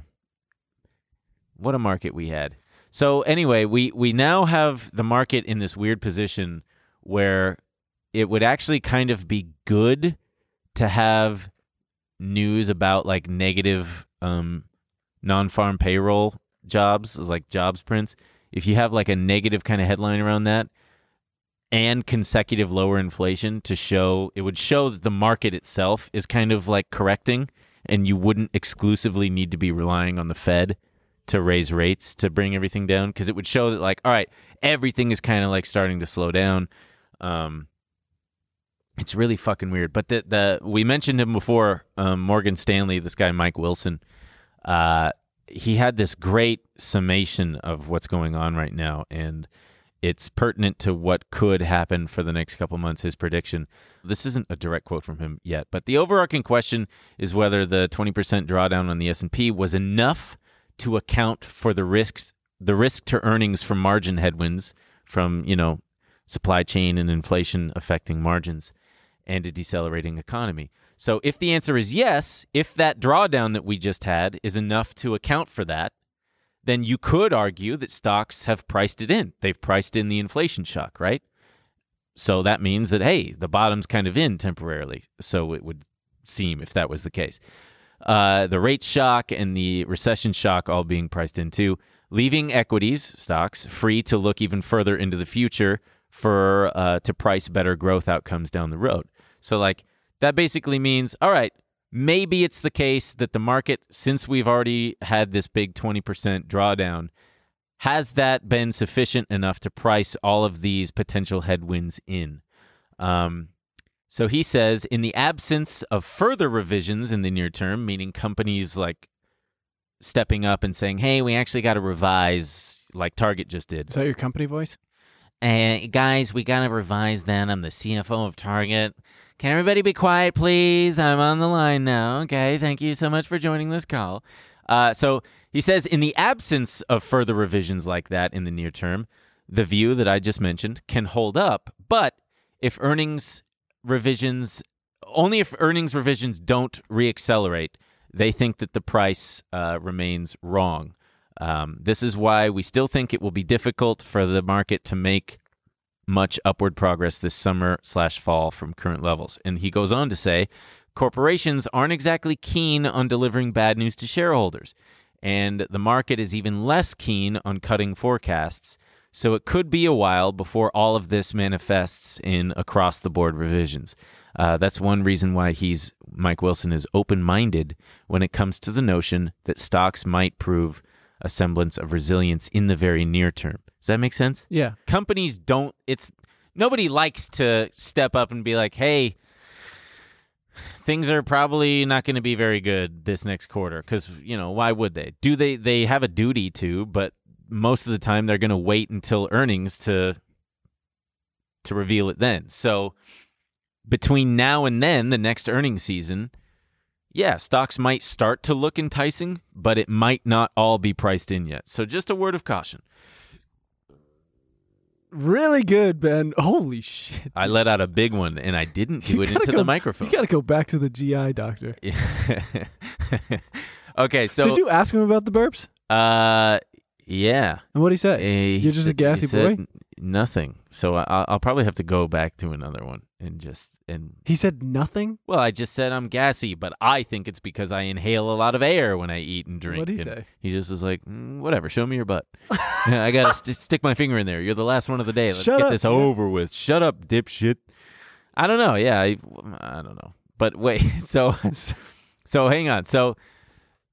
S1: what a market we had. So anyway, we we now have the market in this weird position where it would actually kind of be good to have news about like negative um, non-farm payroll jobs, like jobs prints. If you have like a negative kind of headline around that, and consecutive lower inflation to show it would show that the market itself is kind of like correcting and you wouldn't exclusively need to be relying on the Fed to raise rates to bring everything down because it would show that like all right everything is kind of like starting to slow down um it's really fucking weird but the the we mentioned him before um Morgan Stanley this guy Mike Wilson uh he had this great summation of what's going on right now and it's pertinent to what could happen for the next couple months, his prediction. This isn't a direct quote from him yet, but the overarching question is whether the 20% drawdown on the S&P was enough to account for the risks the risk to earnings from margin headwinds from, you know, supply chain and inflation affecting margins and a decelerating economy. So if the answer is yes, if that drawdown that we just had is enough to account for that, then you could argue that stocks have priced it in. They've priced in the inflation shock, right? So that means that, hey, the bottom's kind of in temporarily. So it would seem if that was the case. Uh, the rate shock and the recession shock all being priced in too, leaving equities, stocks, free to look even further into the future for uh, to price better growth outcomes down the road. So, like, that basically means, all right, maybe it's the case that the market, since we've already had this big 20% drawdown, has that been sufficient enough to price all of these potential headwinds in? Um, so he says, in the absence of further revisions in the near term, meaning companies like stepping up and saying, hey, we actually got to revise, like Target just did.
S2: Is that your company voice?
S1: Uh, guys, we gotta revise that. I'm the CFO of Target. Can everybody be quiet, please? I'm on the line now. Okay, thank you so much for joining this call. Uh, so he says, in the absence of further revisions like that in the near term, the view that I just mentioned can hold up. But if earnings revisions only if earnings revisions don't reaccelerate, they think that the price uh, remains wrong. Um, this is why we still think it will be difficult for the market to make much upward progress this summer slash fall from current levels. And he goes on to say, corporations aren't exactly keen on delivering bad news to shareholders, and the market is even less keen on cutting forecasts. So it could be a while before all of this manifests in across the board revisions. Uh, that's one reason why he's Mike Wilson is open minded when it comes to the notion that stocks might prove a semblance of resilience in the very near term. Does that make sense?
S2: Yeah.
S1: companies don't it's nobody likes to step up and be like hey things are probably not going to be very good this next quarter because you know why would they do they they have a duty to but most of the time they're going to wait until earnings to to reveal it then so between now and then the next earnings season yeah, stocks might start to look enticing, but it might not all be priced in yet. So, just a word of caution.
S2: Really good, Ben. Holy shit.
S1: I let out a big one and I didn't do
S2: [LAUGHS] You
S1: it
S2: gotta
S1: into
S2: go-
S1: the microphone.
S2: You got to go back to the GI doctor.
S1: [LAUGHS] okay, so
S2: Did you ask him about the burps?
S1: uh yeah.
S2: And what would he say?
S1: Eh,
S2: You're just a
S1: he
S2: gassy
S1: said
S2: boy?
S1: n- Nothing. So I I'll probably have to go back to another one and just and
S2: He said nothing.
S1: well, I just said I'm gassy, but I think it's because I inhale a lot of air when I eat and drink.
S2: What'd he
S1: And
S2: say?
S1: He just was like, "Mm, whatever, show me your butt. [LAUGHS] I got to st- stick my finger in there. You're the last one of the day. Let's
S2: Shut
S1: get
S2: up,
S1: this
S2: man.
S1: over with. Shut up, dipshit. I don't know. Yeah, I, I don't know. But wait, [LAUGHS] so so hang on. So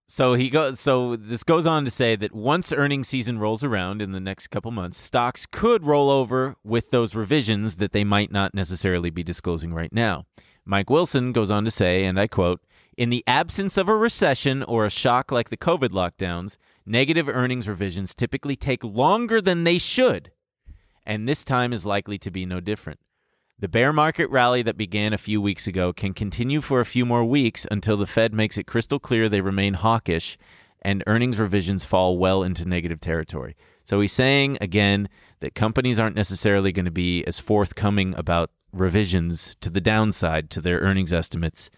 S1: so he goes so this goes on to say that once earnings season rolls around in the next couple months, stocks could roll over with those revisions that they might not necessarily be disclosing right now. Mike Wilson goes on to say, and I quote, in the absence of a recession or a shock like the COVID lockdowns, negative earnings revisions typically take longer than they should, and this time is likely to be no different. The bear market rally that began a few weeks ago can continue for a few more weeks until the Fed makes it crystal clear they remain hawkish and earnings revisions fall well into negative territory. So he's saying again that companies aren't necessarily going to be as forthcoming about revisions to the downside to their earnings estimates.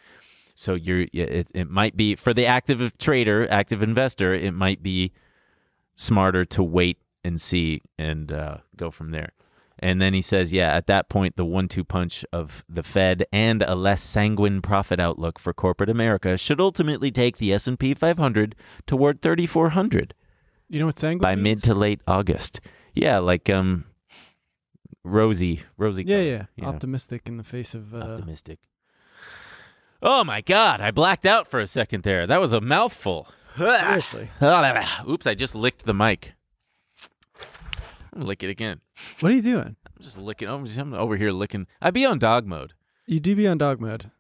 S1: So you're it, it might be for the active trader, active investor, it might be smarter to wait and see and uh, go from there. And then he says, yeah, at that point, the one two punch of the Fed and a less sanguine profit outlook for corporate America should ultimately take the S&P 500 toward 3,400
S2: You know what sanguine
S1: by
S2: means?
S1: mid to late August. Yeah, like um, rosy, rosy.
S2: Yeah,
S1: colored.
S2: yeah, Optimistic in the face of. Uh,
S1: optimistic. Oh my God, I blacked out for a second there. That was a mouthful.
S2: seriously.
S1: [SIGHS] Oops, I just licked the mic. I'm gonna lick it again.
S2: What are you doing?
S1: I'm just licking. I'm, just, I'm over here licking. I'd be on dog mode.
S2: You do be on dog [LAUGHS] mode.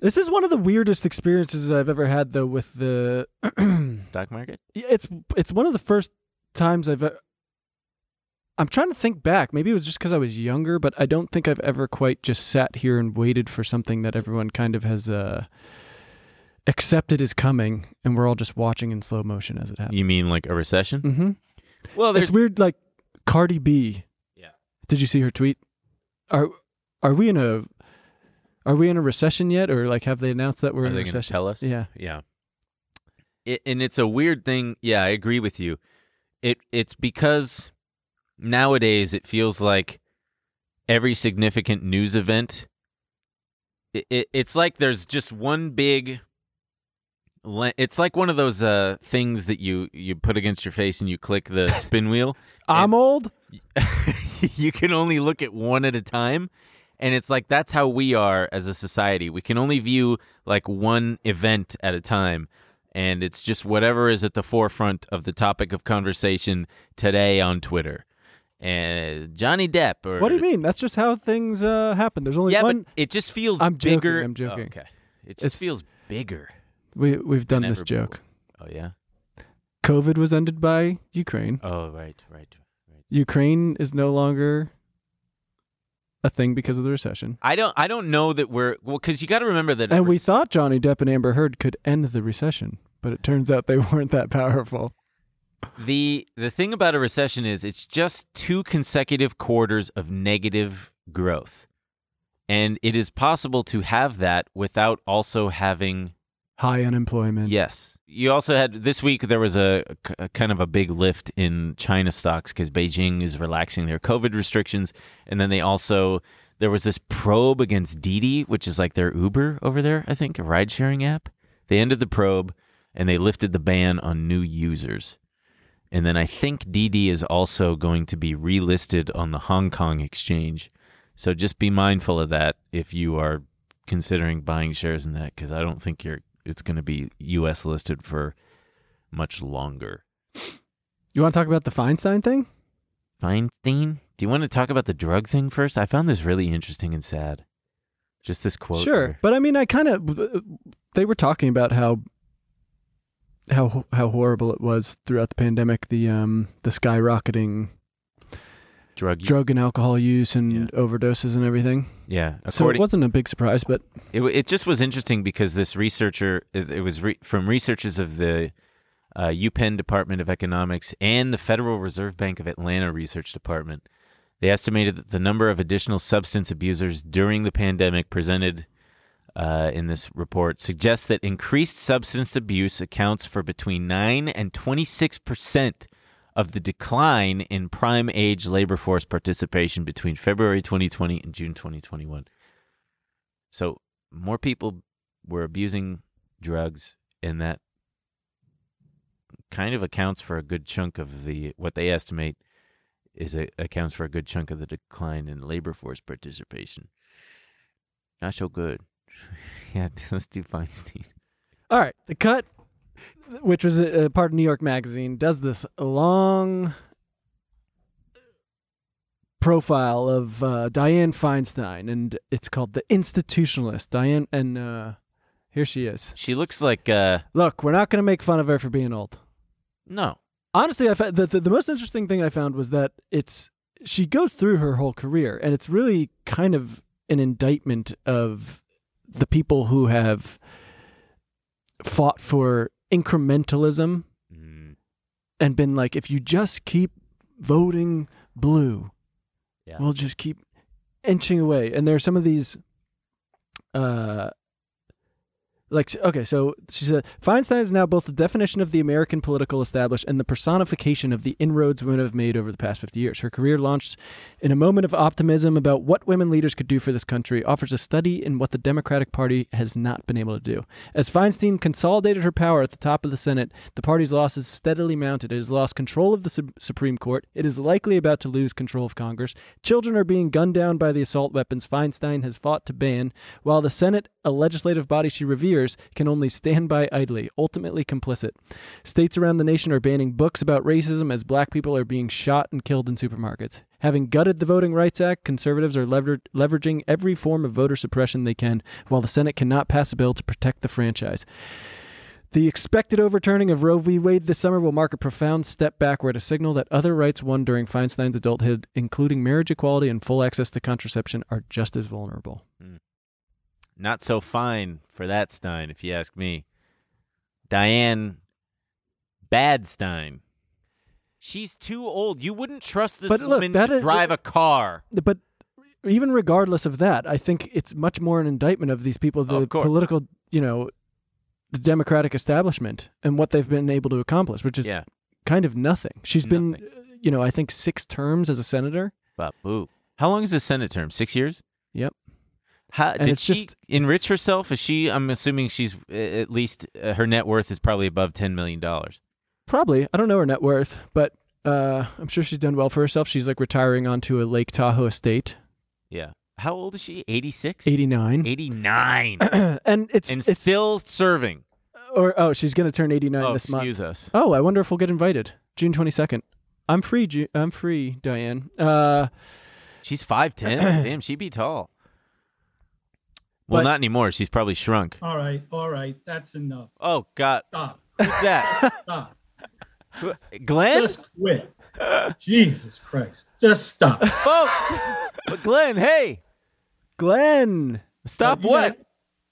S2: This is one of the weirdest experiences I've ever had, though, with the.
S1: Dog market?
S2: it's it's one of the first times I've. e- I'm trying to think back. Maybe it was just because I was younger, but I don't think I've ever quite just sat here and waited for something that everyone kind of has uh, accepted is coming, and we're all just watching in slow motion as it happens.
S1: You mean like a recession?
S2: Mm-hmm.
S1: [LAUGHS] Well,
S2: It's weird, like Cardi B.
S1: Yeah.
S2: Did you see her tweet? Are are we in a are we in a recession yet, or like have they announced that we're
S1: Are
S2: in a
S1: they going to
S2: recession?
S1: tell us?
S2: Yeah.
S1: Yeah. It, and it's a weird thing. Yeah, I agree with you. It it's because nowadays it feels like every significant news event it, it it's like there's just one big le- it's like one of those uh things that you you put against your face and you click the spin wheel
S2: I'm old.
S1: [LAUGHS] you can only look at one at a time. And it's like that's how we are as a society. We can only view like one event at a time. And it's just whatever is at the forefront of the topic of conversation today on Twitter. And Johnny Depp or
S2: What do you mean? That's just how things uh, happen. There's only
S1: Yeah,
S2: one.
S1: but it just feels
S2: I'm joking,
S1: bigger. Oh,
S2: I'm joking.
S1: okay. It just
S2: It's-
S1: feels bigger.
S2: We we've done this
S1: Never
S2: joke.
S1: Oh yeah.
S2: COVID was ended by Ukraine.
S1: Oh right, right.
S2: Ukraine is no longer a thing because of the recession.
S1: I don't I don't know that we're well cuz you got to remember that
S2: And we
S1: it's-
S2: thought Johnny Depp and Amber Heard could end the recession, but it turns out they [LAUGHS] weren't that powerful.
S1: the the thing about a recession is it's just two consecutive quarters of negative growth And it is possible to have that without also having
S2: High unemployment.
S1: Yes. You also had this week there was a, a kind of a big lift in China stocks because Beijing is relaxing their COVID restrictions, and then they also there was this probe against Didi, which is like their Uber over there, I think, a ride sharing app. They ended the probe and they lifted the ban on new users. And then I think Didi is also going to be relisted on the Hong Kong exchange. So just be mindful of that if you are considering buying shares in that because I don't think you're it's going to be U.S. listed for much longer.
S2: You want to talk about the Feinstein thing?
S1: Feinstein, do you want to talk about the drug thing first? I found this really interesting and sad. Just this quote.
S2: sure,
S1: here.
S2: but I mean, I kind of they were talking about how how how horrible it was throughout the pandemic. The um the skyrocketing
S1: drug.
S2: drug and alcohol use and
S1: Yeah.
S2: overdoses and everything.
S1: yeah.
S2: So it
S1: According,
S2: wasn't a big surprise, but
S1: it, w- it just was interesting because this researcher, it, it was re- from researchers of the uh, UPenn Department of Economics and the Federal Reserve Bank of Atlanta Research Department. They estimated that the number of additional substance abusers during the pandemic presented uh, in this report suggests that increased substance abuse accounts for between 9 and 26 percent of the decline in prime age labor force participation between February 2020 and June 2021. So more people were abusing drugs, and that kind of accounts for a good chunk of the what they estimate is a, accounts for a good chunk of the decline in labor force participation. Not so good. [LAUGHS] yeah, [LAUGHS] let's do Feinstein.
S2: all right. The cut, which was a, a part of New York Magazine, does this long profile of uh, Diane Feinstein, and it's called the institutionalist. Diane, and uh, here she is.
S1: She looks like uh
S2: Look, we're not going to make fun of her for being old.
S1: no.
S2: honestly, I found the, the the most interesting thing I found was that it's she goes through her whole career, and it's really kind of an indictment of the people who have fought for incrementalism
S1: Mm,
S2: and been like, if you just keep voting blue,
S1: Yeah.
S2: we'll just keep inching away. And there are some of these, uh, like okay, so she said Feinstein is now both the definition of the American political established and the personification of the inroads women have made over the past fifty years. Her career launched in a moment of optimism about what women leaders could do for this country, offers a study in what the Democratic Party has not been able to do. As Feinstein consolidated her power at the top of the Senate, the party's losses steadily mounted. It has lost control of the Sup- Supreme Court. It is likely about to lose control of Congress. Children are being gunned down by the assault weapons Feinstein has fought to ban, while the Senate, a legislative body she reveres, can only stand by idly, ultimately complicit. States around the nation are banning books about racism as black people are being shot and killed in supermarkets. Having gutted the Voting Rights Act, conservatives are lever- leveraging every form of voter suppression they can, while the Senate cannot pass a bill to protect the franchise. The expected overturning of Roe v. Wade this summer will mark a profound step backward, a signal that other rights won during Feinstein's adulthood, including marriage equality and full access to contraception, are just as vulnerable.
S1: Not so fine for that Stein, if you ask me. Diane Badstein. She's too old. You wouldn't trust this
S2: But look,
S1: woman
S2: that
S1: to
S2: is-
S1: drive a car.
S2: But even regardless of that, I think it's much more an indictment of these people, the
S1: Of course.
S2: political, you know, the democratic establishment and what they've been able to accomplish, which is
S1: yeah.
S2: kind of nothing. She's been,
S1: Nothing.
S2: you know, I think six terms as a senator.
S1: Babu. How long is the Senate term? Six years?
S2: Yep.
S1: How, did
S2: it's
S1: she
S2: just-
S1: enrich herself? Is she? I'm assuming she's uh, at least uh, her net worth is probably above ten million dollars.
S2: Probably. I don't know her net worth, but uh, I'm sure she's done well for herself. She's like retiring onto a Lake Tahoe estate,
S1: Yeah. How old is she? 86?
S2: 89.
S1: 89.
S2: [CLEARS THROAT] and it's,
S1: and
S2: it's
S1: still serving.
S2: or oh, she's going to turn 89
S1: Oh,
S2: this month.
S1: excuse us.
S2: Oh, I wonder if we'll get invited. June 22nd. I'm free. Ju- I'm free, Diane. Uh,
S1: She's 5'10.
S6: [CLEARS THROAT]
S1: Damn, she'd be tall. Well,
S2: But-
S1: not anymore. She's probably shrunk.
S6: All right, all right, that's enough.
S1: Oh, God.
S6: Stop,
S1: Who's that?
S6: [LAUGHS] stop.
S1: Who- Glenn?
S6: Just quit. Jesus Christ. Just stop.
S1: Oh, Glenn, hey.
S2: Glenn.
S1: Stop
S6: Uh, You
S1: what?
S6: guys-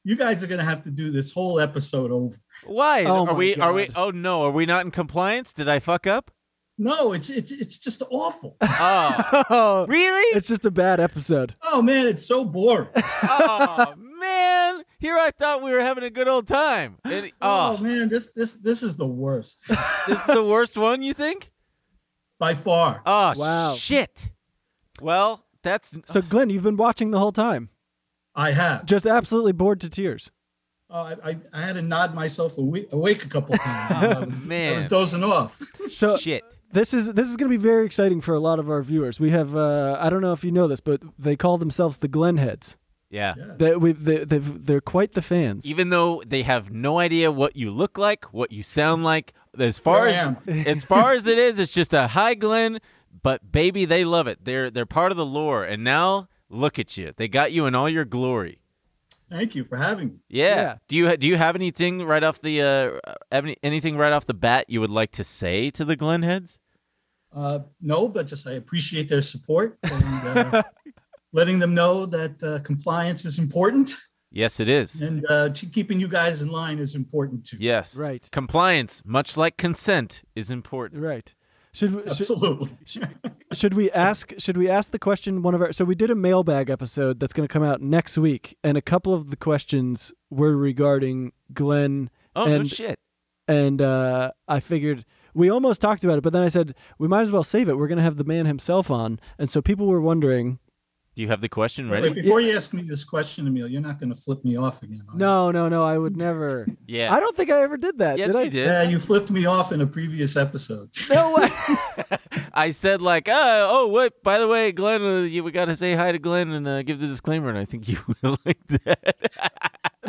S6: you guys are going to have to do this whole episode over.
S1: Why?
S2: Oh
S1: are
S2: my
S1: we are we
S2: God.
S1: oh no, are we not in compliance? Did I fuck up?
S6: No, it's it's it's just awful.
S1: Oh,
S6: Uh,
S2: Oh,
S1: really?
S2: it's just a bad episode.
S6: Oh man, it's so boring.
S1: oh man! Here I thought we were having a good old
S6: [GASPS]
S1: time. And,
S6: Oh,
S1: oh,
S6: man, this this this is the worst
S1: this is the worst one you think?
S6: by far.
S1: Oh
S2: Wow.
S1: shit! Well, that's oh,
S2: So, Glenn, you've been watching the whole time,
S6: I have.
S2: just absolutely bored to tears.
S6: Oh, I, I I had to nod myself awake, awake a couple times. while I was, I was
S1: man.
S6: dozing off.
S2: So,
S1: shit.
S2: this is this is going to be very exciting for a lot of our viewers. We have uh, I don't know if you know this, but they call themselves the Glenn Heads.
S1: Yeah.
S6: Yes.
S2: They, we they, they've, they're quite the fans.
S1: Even though they have no idea what you look like, what you sound like, as far
S6: Here I
S1: as [LAUGHS]
S6: am.
S1: as far as it is, it's just a high Glen. But baby, they love it. They're they're part of the lore. And now look at you. They got you in all your glory.
S6: Thank you for having me.
S1: Yeah.
S2: Yeah.
S1: Do you do you have anything right off the uh have any, anything right off the bat you would like to say to the Glen heads?
S6: Uh, no, but just I appreciate their support and uh, letting them know that uh, compliance is important
S1: Yes, it is.
S6: and uh, to keeping you guys in line is important too.
S1: Yes.
S2: Right.
S1: Compliance, much like consent, is important.
S2: Right. Should we, should,
S6: Absolutely.
S2: should we ask should we ask the question one of our so we did a mailbag episode that's going to come out next week and a couple of the questions were regarding Glenn
S1: Oh no
S2: and
S1: shit.
S2: and uh, I figured we almost talked about it but then I said we might as well save it we're going to have the man himself on and so people were wondering
S1: Do you have the question ready?
S6: Wait, before you ask me this question, Emil, you're not going to flip me off again. are you?
S2: no no no I would never
S1: Yeah.
S2: I don't think I ever did that
S1: Yes,
S2: did I
S1: you did.
S6: Yeah, you flipped me off in a previous episode.
S2: no way [LAUGHS]
S1: I said like, uh, oh, what? By the way, Glenn, uh, you, we got to say hi to Glenn and uh, give the disclaimer, and I think [LAUGHS] you will like that.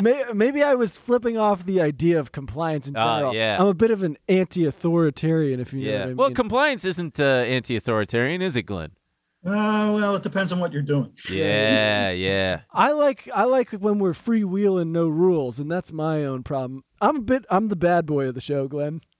S2: May- Maybe I was flipping off the idea of compliance in
S1: Ah,
S2: general.
S1: yeah.
S2: I'm a bit of an anti-authoritarian, if you know what I mean.
S1: Well, compliance isn't uh, anti-authoritarian, is it, Glenn?
S6: Uh, well, it depends on what you're doing.
S2: [LAUGHS]
S1: Yeah, yeah.
S2: I like I like when we're freewheeling, no rules, and that's my own problem. I'm a bit I'm the bad boy of the show, Glenn. [LAUGHS]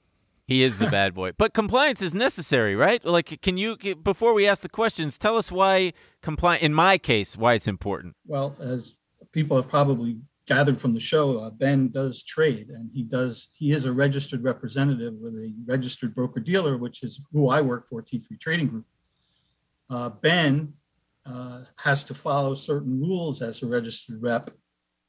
S1: He is the bad boy. But compliance is necessary, right? Like, can you c- before we ask the questions, tell us why compliance? In my case, why it's important.
S6: Well, as people have probably gathered from the show, uh, Ben does trade, and he does. He is a registered representative with a registered broker dealer, which is who I work for, T3 Trading Group. Uh, ben uh, has to follow certain rules as a registered rep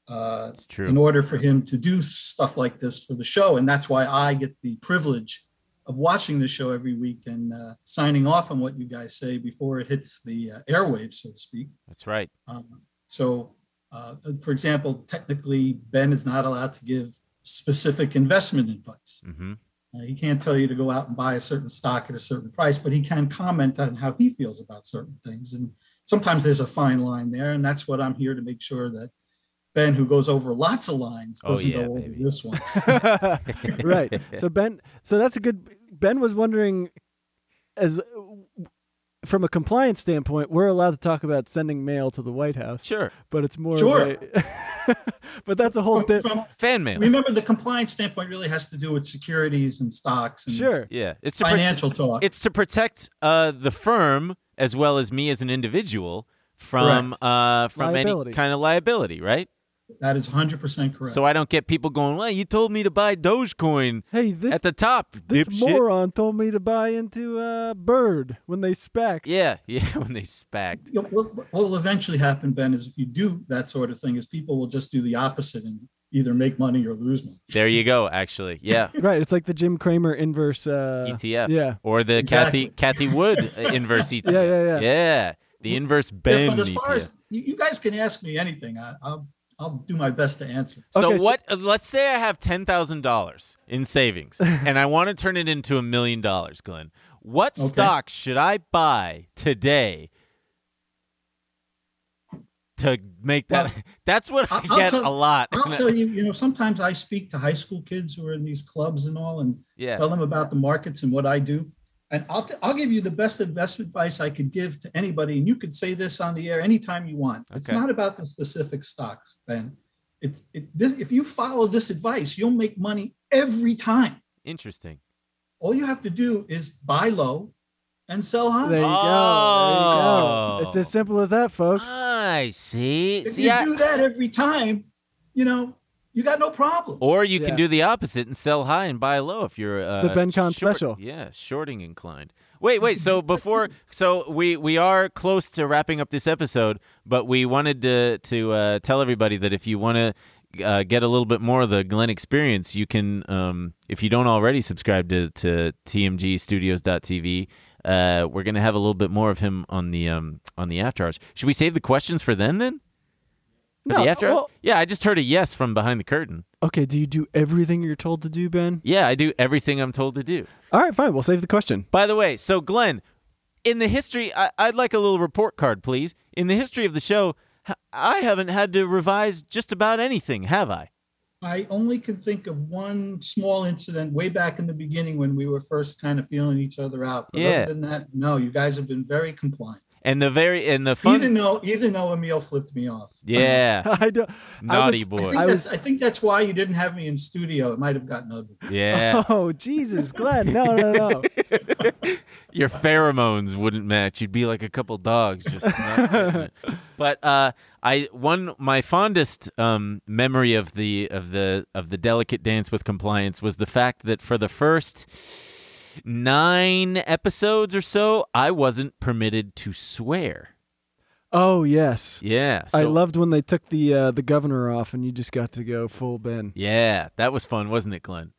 S6: uh,
S1: It's
S6: in
S1: true.
S6: order for him to do stuff like this for the show. And that's why I get the privilege of watching the show every week and uh, signing off on what you guys say before it hits the uh, airwaves, so to speak.
S1: That's right.
S6: Um, so, uh, for example, technically, Ben is not allowed to give specific investment advice.
S1: hmm
S6: Uh, he can't tell you to go out and buy a certain stock at a certain price, but he can comment on how he feels about certain things. And sometimes there's a fine line there, and that's what I'm here to make sure that Ben, who goes over lots of lines,
S1: Oh,
S6: doesn't
S1: yeah,
S6: go over
S1: baby.
S6: this
S1: [LAUGHS]
S6: one.
S2: right. So Ben, so that's a good. Ben was wondering, as from a compliance standpoint, we're allowed to talk about sending mail to the White House,
S1: Sure.
S2: but it's more. of
S6: Sure.
S2: a- [LAUGHS] but that's a whole.
S6: From,
S2: Di-
S6: from-
S1: Fan mail.
S6: remember, the compliance standpoint really has to do with securities and stocks and
S2: sure.
S1: Yeah. It's to prote-
S6: financial talk.
S1: it's to protect uh, the firm as well as me as an individual from uh, from
S2: Liability.
S1: any kind of liability, right?
S6: that is 100% correct.
S1: So I don't get people going, "Well, you told me to buy Dogecoin
S2: Hey, this
S1: at the top,
S2: This
S1: dipshit."
S2: moron told me to buy into uh, Bird when they spec.
S1: Yeah, [LAUGHS] yeah, when they spacked.
S6: you know, what, what will eventually happen, Ben, is if you do that sort of thing, is people will just do the opposite and either make money or lose money.
S1: There you go. Actually, yeah,
S2: Right, it's like the Jim Cramer inverse. Uh,
S1: ETF.
S2: [LAUGHS] Yeah,
S1: or the
S6: Exactly.
S1: Kathy Kathy Wood uh, inverse ETF.
S2: [LAUGHS] Yeah, yeah, yeah.
S1: Yeah, the inverse
S6: Yes,
S1: bend. E
S6: but as far
S1: ETF.
S6: as you, you guys can ask me anything, I, I'll I'll do my best to answer.
S1: So
S2: Okay, so-
S1: what? uh, let's say I have ten thousand dollars in
S6: [LAUGHS]
S1: savings, and I want to turn it into a million dollars, Glenn. What
S6: Okay.
S1: stock should I buy today to make that?
S6: Well,
S1: [LAUGHS] that's what I
S6: I'll- I'll
S1: get
S6: tell-
S1: a lot. [LAUGHS]
S6: I'll tell you, you know, sometimes I speak to high school kids who are in these clubs and all, and
S1: yeah,
S6: tell them about the markets and what I do. And I'll, t- I'll give you the best investment advice I could give to anybody. And you could say this on the air anytime you want. It's
S1: Okay.
S6: not about the specific stocks, Ben. It's, it, this, if you follow this advice, you'll make money every time.
S1: interesting.
S6: All you have to do is buy low and sell high.
S2: there you go. There you
S1: Oh.
S2: go. It's as Uh, simple as that, folks.
S1: I see.
S6: if
S1: See,
S6: you
S1: I-
S6: do that every time, you know, you got no problem.
S1: Or you
S2: Yeah.
S1: can do the opposite and sell high and buy low if you're uh,
S2: The Ben Con
S1: short-
S2: special.
S1: Yeah, shorting inclined. Wait, wait. So
S2: [LAUGHS]
S1: before, so we we are close to wrapping up this episode, but we wanted to to uh, tell everybody that if you want to uh, get a little bit more of the Glenn experience, you can um, if you don't already subscribe to to tmgstudios.tv. Uh, we're gonna have a little bit more of him on the um, on the after hours. Should we save the questions for then? Then For
S2: No,
S1: the after
S2: well-
S1: yeah, I just heard a yes from behind the curtain.
S2: Okay, do you do everything you're told to do, Ben?
S1: Yeah, I do everything I'm told to do.
S2: All right, fine. We'll save the question.
S1: By the way, so Glenn, in the history, I, I'd like a little report card, please. In the history of the show, h- I haven't had to revise just about anything, have I?
S6: I only can think of one small incident way back in the beginning when we were first kind of feeling each other out. But
S1: Yeah.
S6: other than that, no, you guys have been very compliant.
S1: And the very and the fun,
S6: Even though even though Emil flipped me off.
S1: yeah,
S2: [LAUGHS] I don't.
S1: naughty
S2: was-
S6: I
S1: boy,
S6: think,
S2: I
S6: that's,
S2: was-
S6: I think that's why you didn't have me in studio. It might have gotten ugly.
S2: [LAUGHS]
S1: yeah.
S2: Oh Jesus, Glenn! No, no,
S1: [LAUGHS]
S2: no.
S1: Your pheromones wouldn't match. You'd be like a couple dogs, just. not getting it. but uh, I one my fondest um, memory of the of the of the delicate dance with compliance was the fact that for the first nine episodes or so, I wasn't permitted to swear.
S2: Oh yes,
S1: Yeah,
S2: I
S1: so-
S2: loved when they took the uh, the governor off, and you just got to go full Ben.
S1: Yeah, that was fun, wasn't it, Glenn?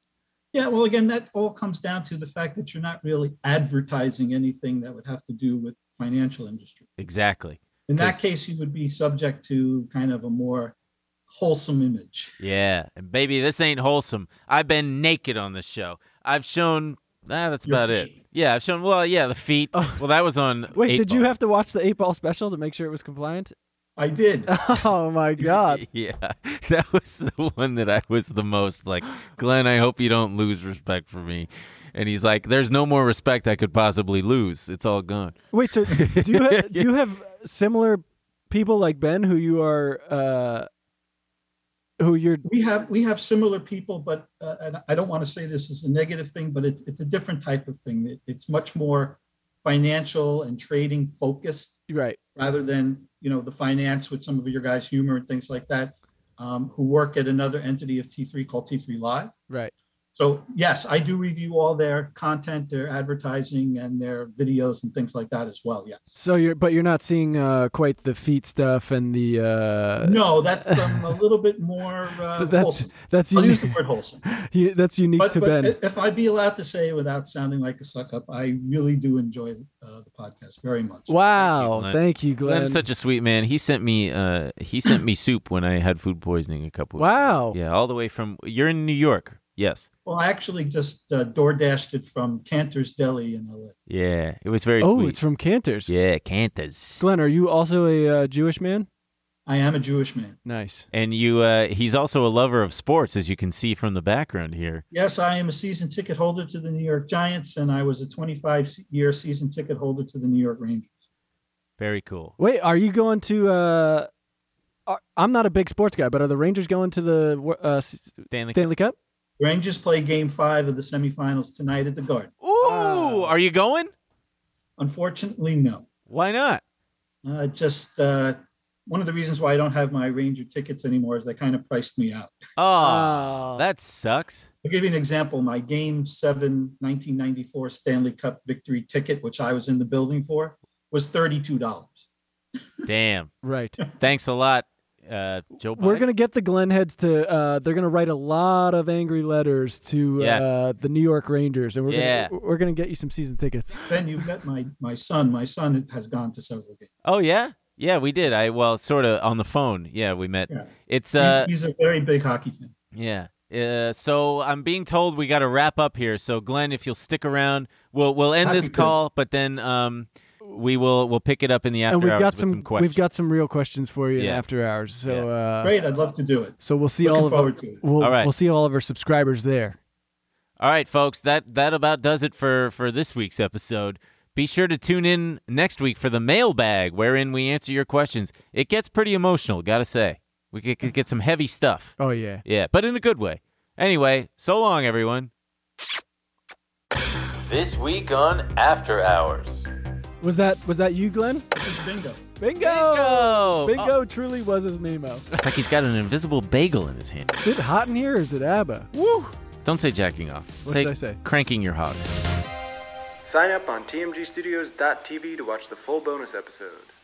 S6: Yeah, well, again, that all comes down to the fact that you're not really advertising anything that would have to do with financial industry.
S1: Exactly.
S6: In that
S1: Yes.
S6: case, you would be subject to kind of a more wholesome image.
S1: Yeah, and baby, this ain't wholesome. I've been naked on this show. I've shown. Ah, that's
S6: Your
S1: about it.
S6: feet.
S1: Yeah, I've shown. Well, yeah, the feet. Well, that was on.
S2: Oh. Wait,
S1: Eight
S2: did you
S1: Ball.
S2: have to watch the eight ball special to make sure it was compliant? [LAUGHS]
S6: I did.
S2: Oh my God!
S1: [LAUGHS] Yeah, that was the one that I was the most like. Glenn, I hope you don't lose respect for me. And he's like, "There's no more respect I could possibly lose. It's all gone."
S2: Wait, so do you
S1: [LAUGHS]
S2: have, do you have similar people like Ben who you are uh, who you're?
S6: we have we have similar people, but uh, and I don't want to say this is a negative thing, but it's it's a different type of thing. It, it's much more financial and trading focused
S2: Right.
S6: rather than you know the finance with some of your guys' humor and things like that, um, who work at another entity of T3 called T3 Live.
S2: Right.
S6: So yes, I do review all their content, their advertising, and their videos and things like that as well. Yes.
S2: So you're, but you're not seeing uh, quite the feet stuff and the. Uh, [LAUGHS]
S6: No, that's um, a little bit more. Uh,
S2: that's
S6: wholesome.
S2: that's
S6: I'll use the
S2: unique. [LAUGHS]
S6: word wholesome.
S2: you- that's unique
S6: But,
S2: to
S6: but
S2: Ben.
S6: i- if I'd be allowed to say without sounding like a suck up, I really do enjoy uh, the podcast very much.
S2: Wow,
S1: Glenn.
S2: thank you, Glenn.
S1: Glenn's such a sweet man. He sent me. Uh, he sent me soup when I had food poisoning a couple. Of,
S2: wow.
S1: yeah, all the way from. You're in New York. Yes.
S6: Well, I actually just uh, door dashed it from Cantor's Deli in LA.
S1: Yeah, it was very.
S2: Oh,
S1: sweet.
S2: it's from Cantor's.
S1: Yeah, Cantas.
S2: Glenn, are you also a uh, Jewish man?
S6: I am a Jewish man.
S2: Nice.
S1: And you, uh, he's also a lover of sports, as you can see from the background here.
S6: Yes, I am a season ticket holder to the New York Giants, and I was a 25 year season ticket holder to the New York Rangers.
S1: Very cool.
S2: Wait, are you going to? Uh, are, I'm not a big sports guy, but are the Rangers going to the uh, S-
S1: Stanley.
S2: Stanley Cup?
S6: Rangers play game five of the semifinals tonight at the Garden.
S2: Uh.
S1: Ooh, are you going?
S6: Unfortunately, no.
S1: Why not?
S6: Uh, just uh, one of the reasons why I don't have my Ranger tickets anymore is they kind of priced me out.
S1: Oh,
S2: Ah.
S1: that sucks.
S6: I'll give you an example. My Game 7 1994 Stanley Cup victory ticket, which I was in the building for, was $32.
S1: Damn.
S2: right.
S1: Thanks a lot, uh, Joe.
S2: We're
S1: Biden.
S2: gonna get the Glenn heads to. Uh, they're gonna write a lot of angry letters to uh,
S1: Yes.
S2: the New York Rangers, and we're
S1: Yeah.
S2: gonna, we're gonna get you some season tickets.
S6: Then you've met my, my son. My son has gone to several games.
S1: Oh yeah, yeah, we did. I well, sort of on the phone. Yeah, we met.
S6: Yeah.
S1: It's
S6: He's-
S1: uh,
S6: he's, a very big hockey fan.
S1: yeah. Uh, so I'm being told we got to wrap up here. So Glenn, if you'll stick around, we'll we'll end
S6: Happy
S1: this
S6: to.
S1: call, but then um, we will we'll pick it up in the after
S2: and we've
S1: hours
S2: got
S1: with some,
S2: some,
S1: questions.
S2: we've got some real questions for you in
S1: Yeah.
S2: after hours. So
S1: Yeah.
S2: uh,
S6: Great. I'd love to do it.
S2: so we'll see
S6: Looking
S2: all of
S6: forward to it.
S2: We'll,
S1: All right.
S2: we'll see all of our subscribers there.
S1: All right, folks, that that about does it for for this week's episode. Be sure to tune in next week for the mailbag, wherein we answer your questions. It gets pretty emotional, gotta say. We could, could get some heavy stuff.
S2: Oh yeah.
S1: Yeah, but in a good way. Anyway, so long, everyone. This week on After Hours.
S2: Was that was that you, Glenn?
S6: This is bingo.
S2: Bingo!
S1: Bingo! Oh.
S2: Bingo truly was his Nemo.
S1: It's like he's got an invisible bagel in his hand.
S2: Is it hot in here or is it ABBA?
S1: Don't say jacking off.
S2: What
S1: say
S2: did I say?
S1: Cranking your hog.
S7: Sign up on tmgstudios.tv to watch the full bonus episode.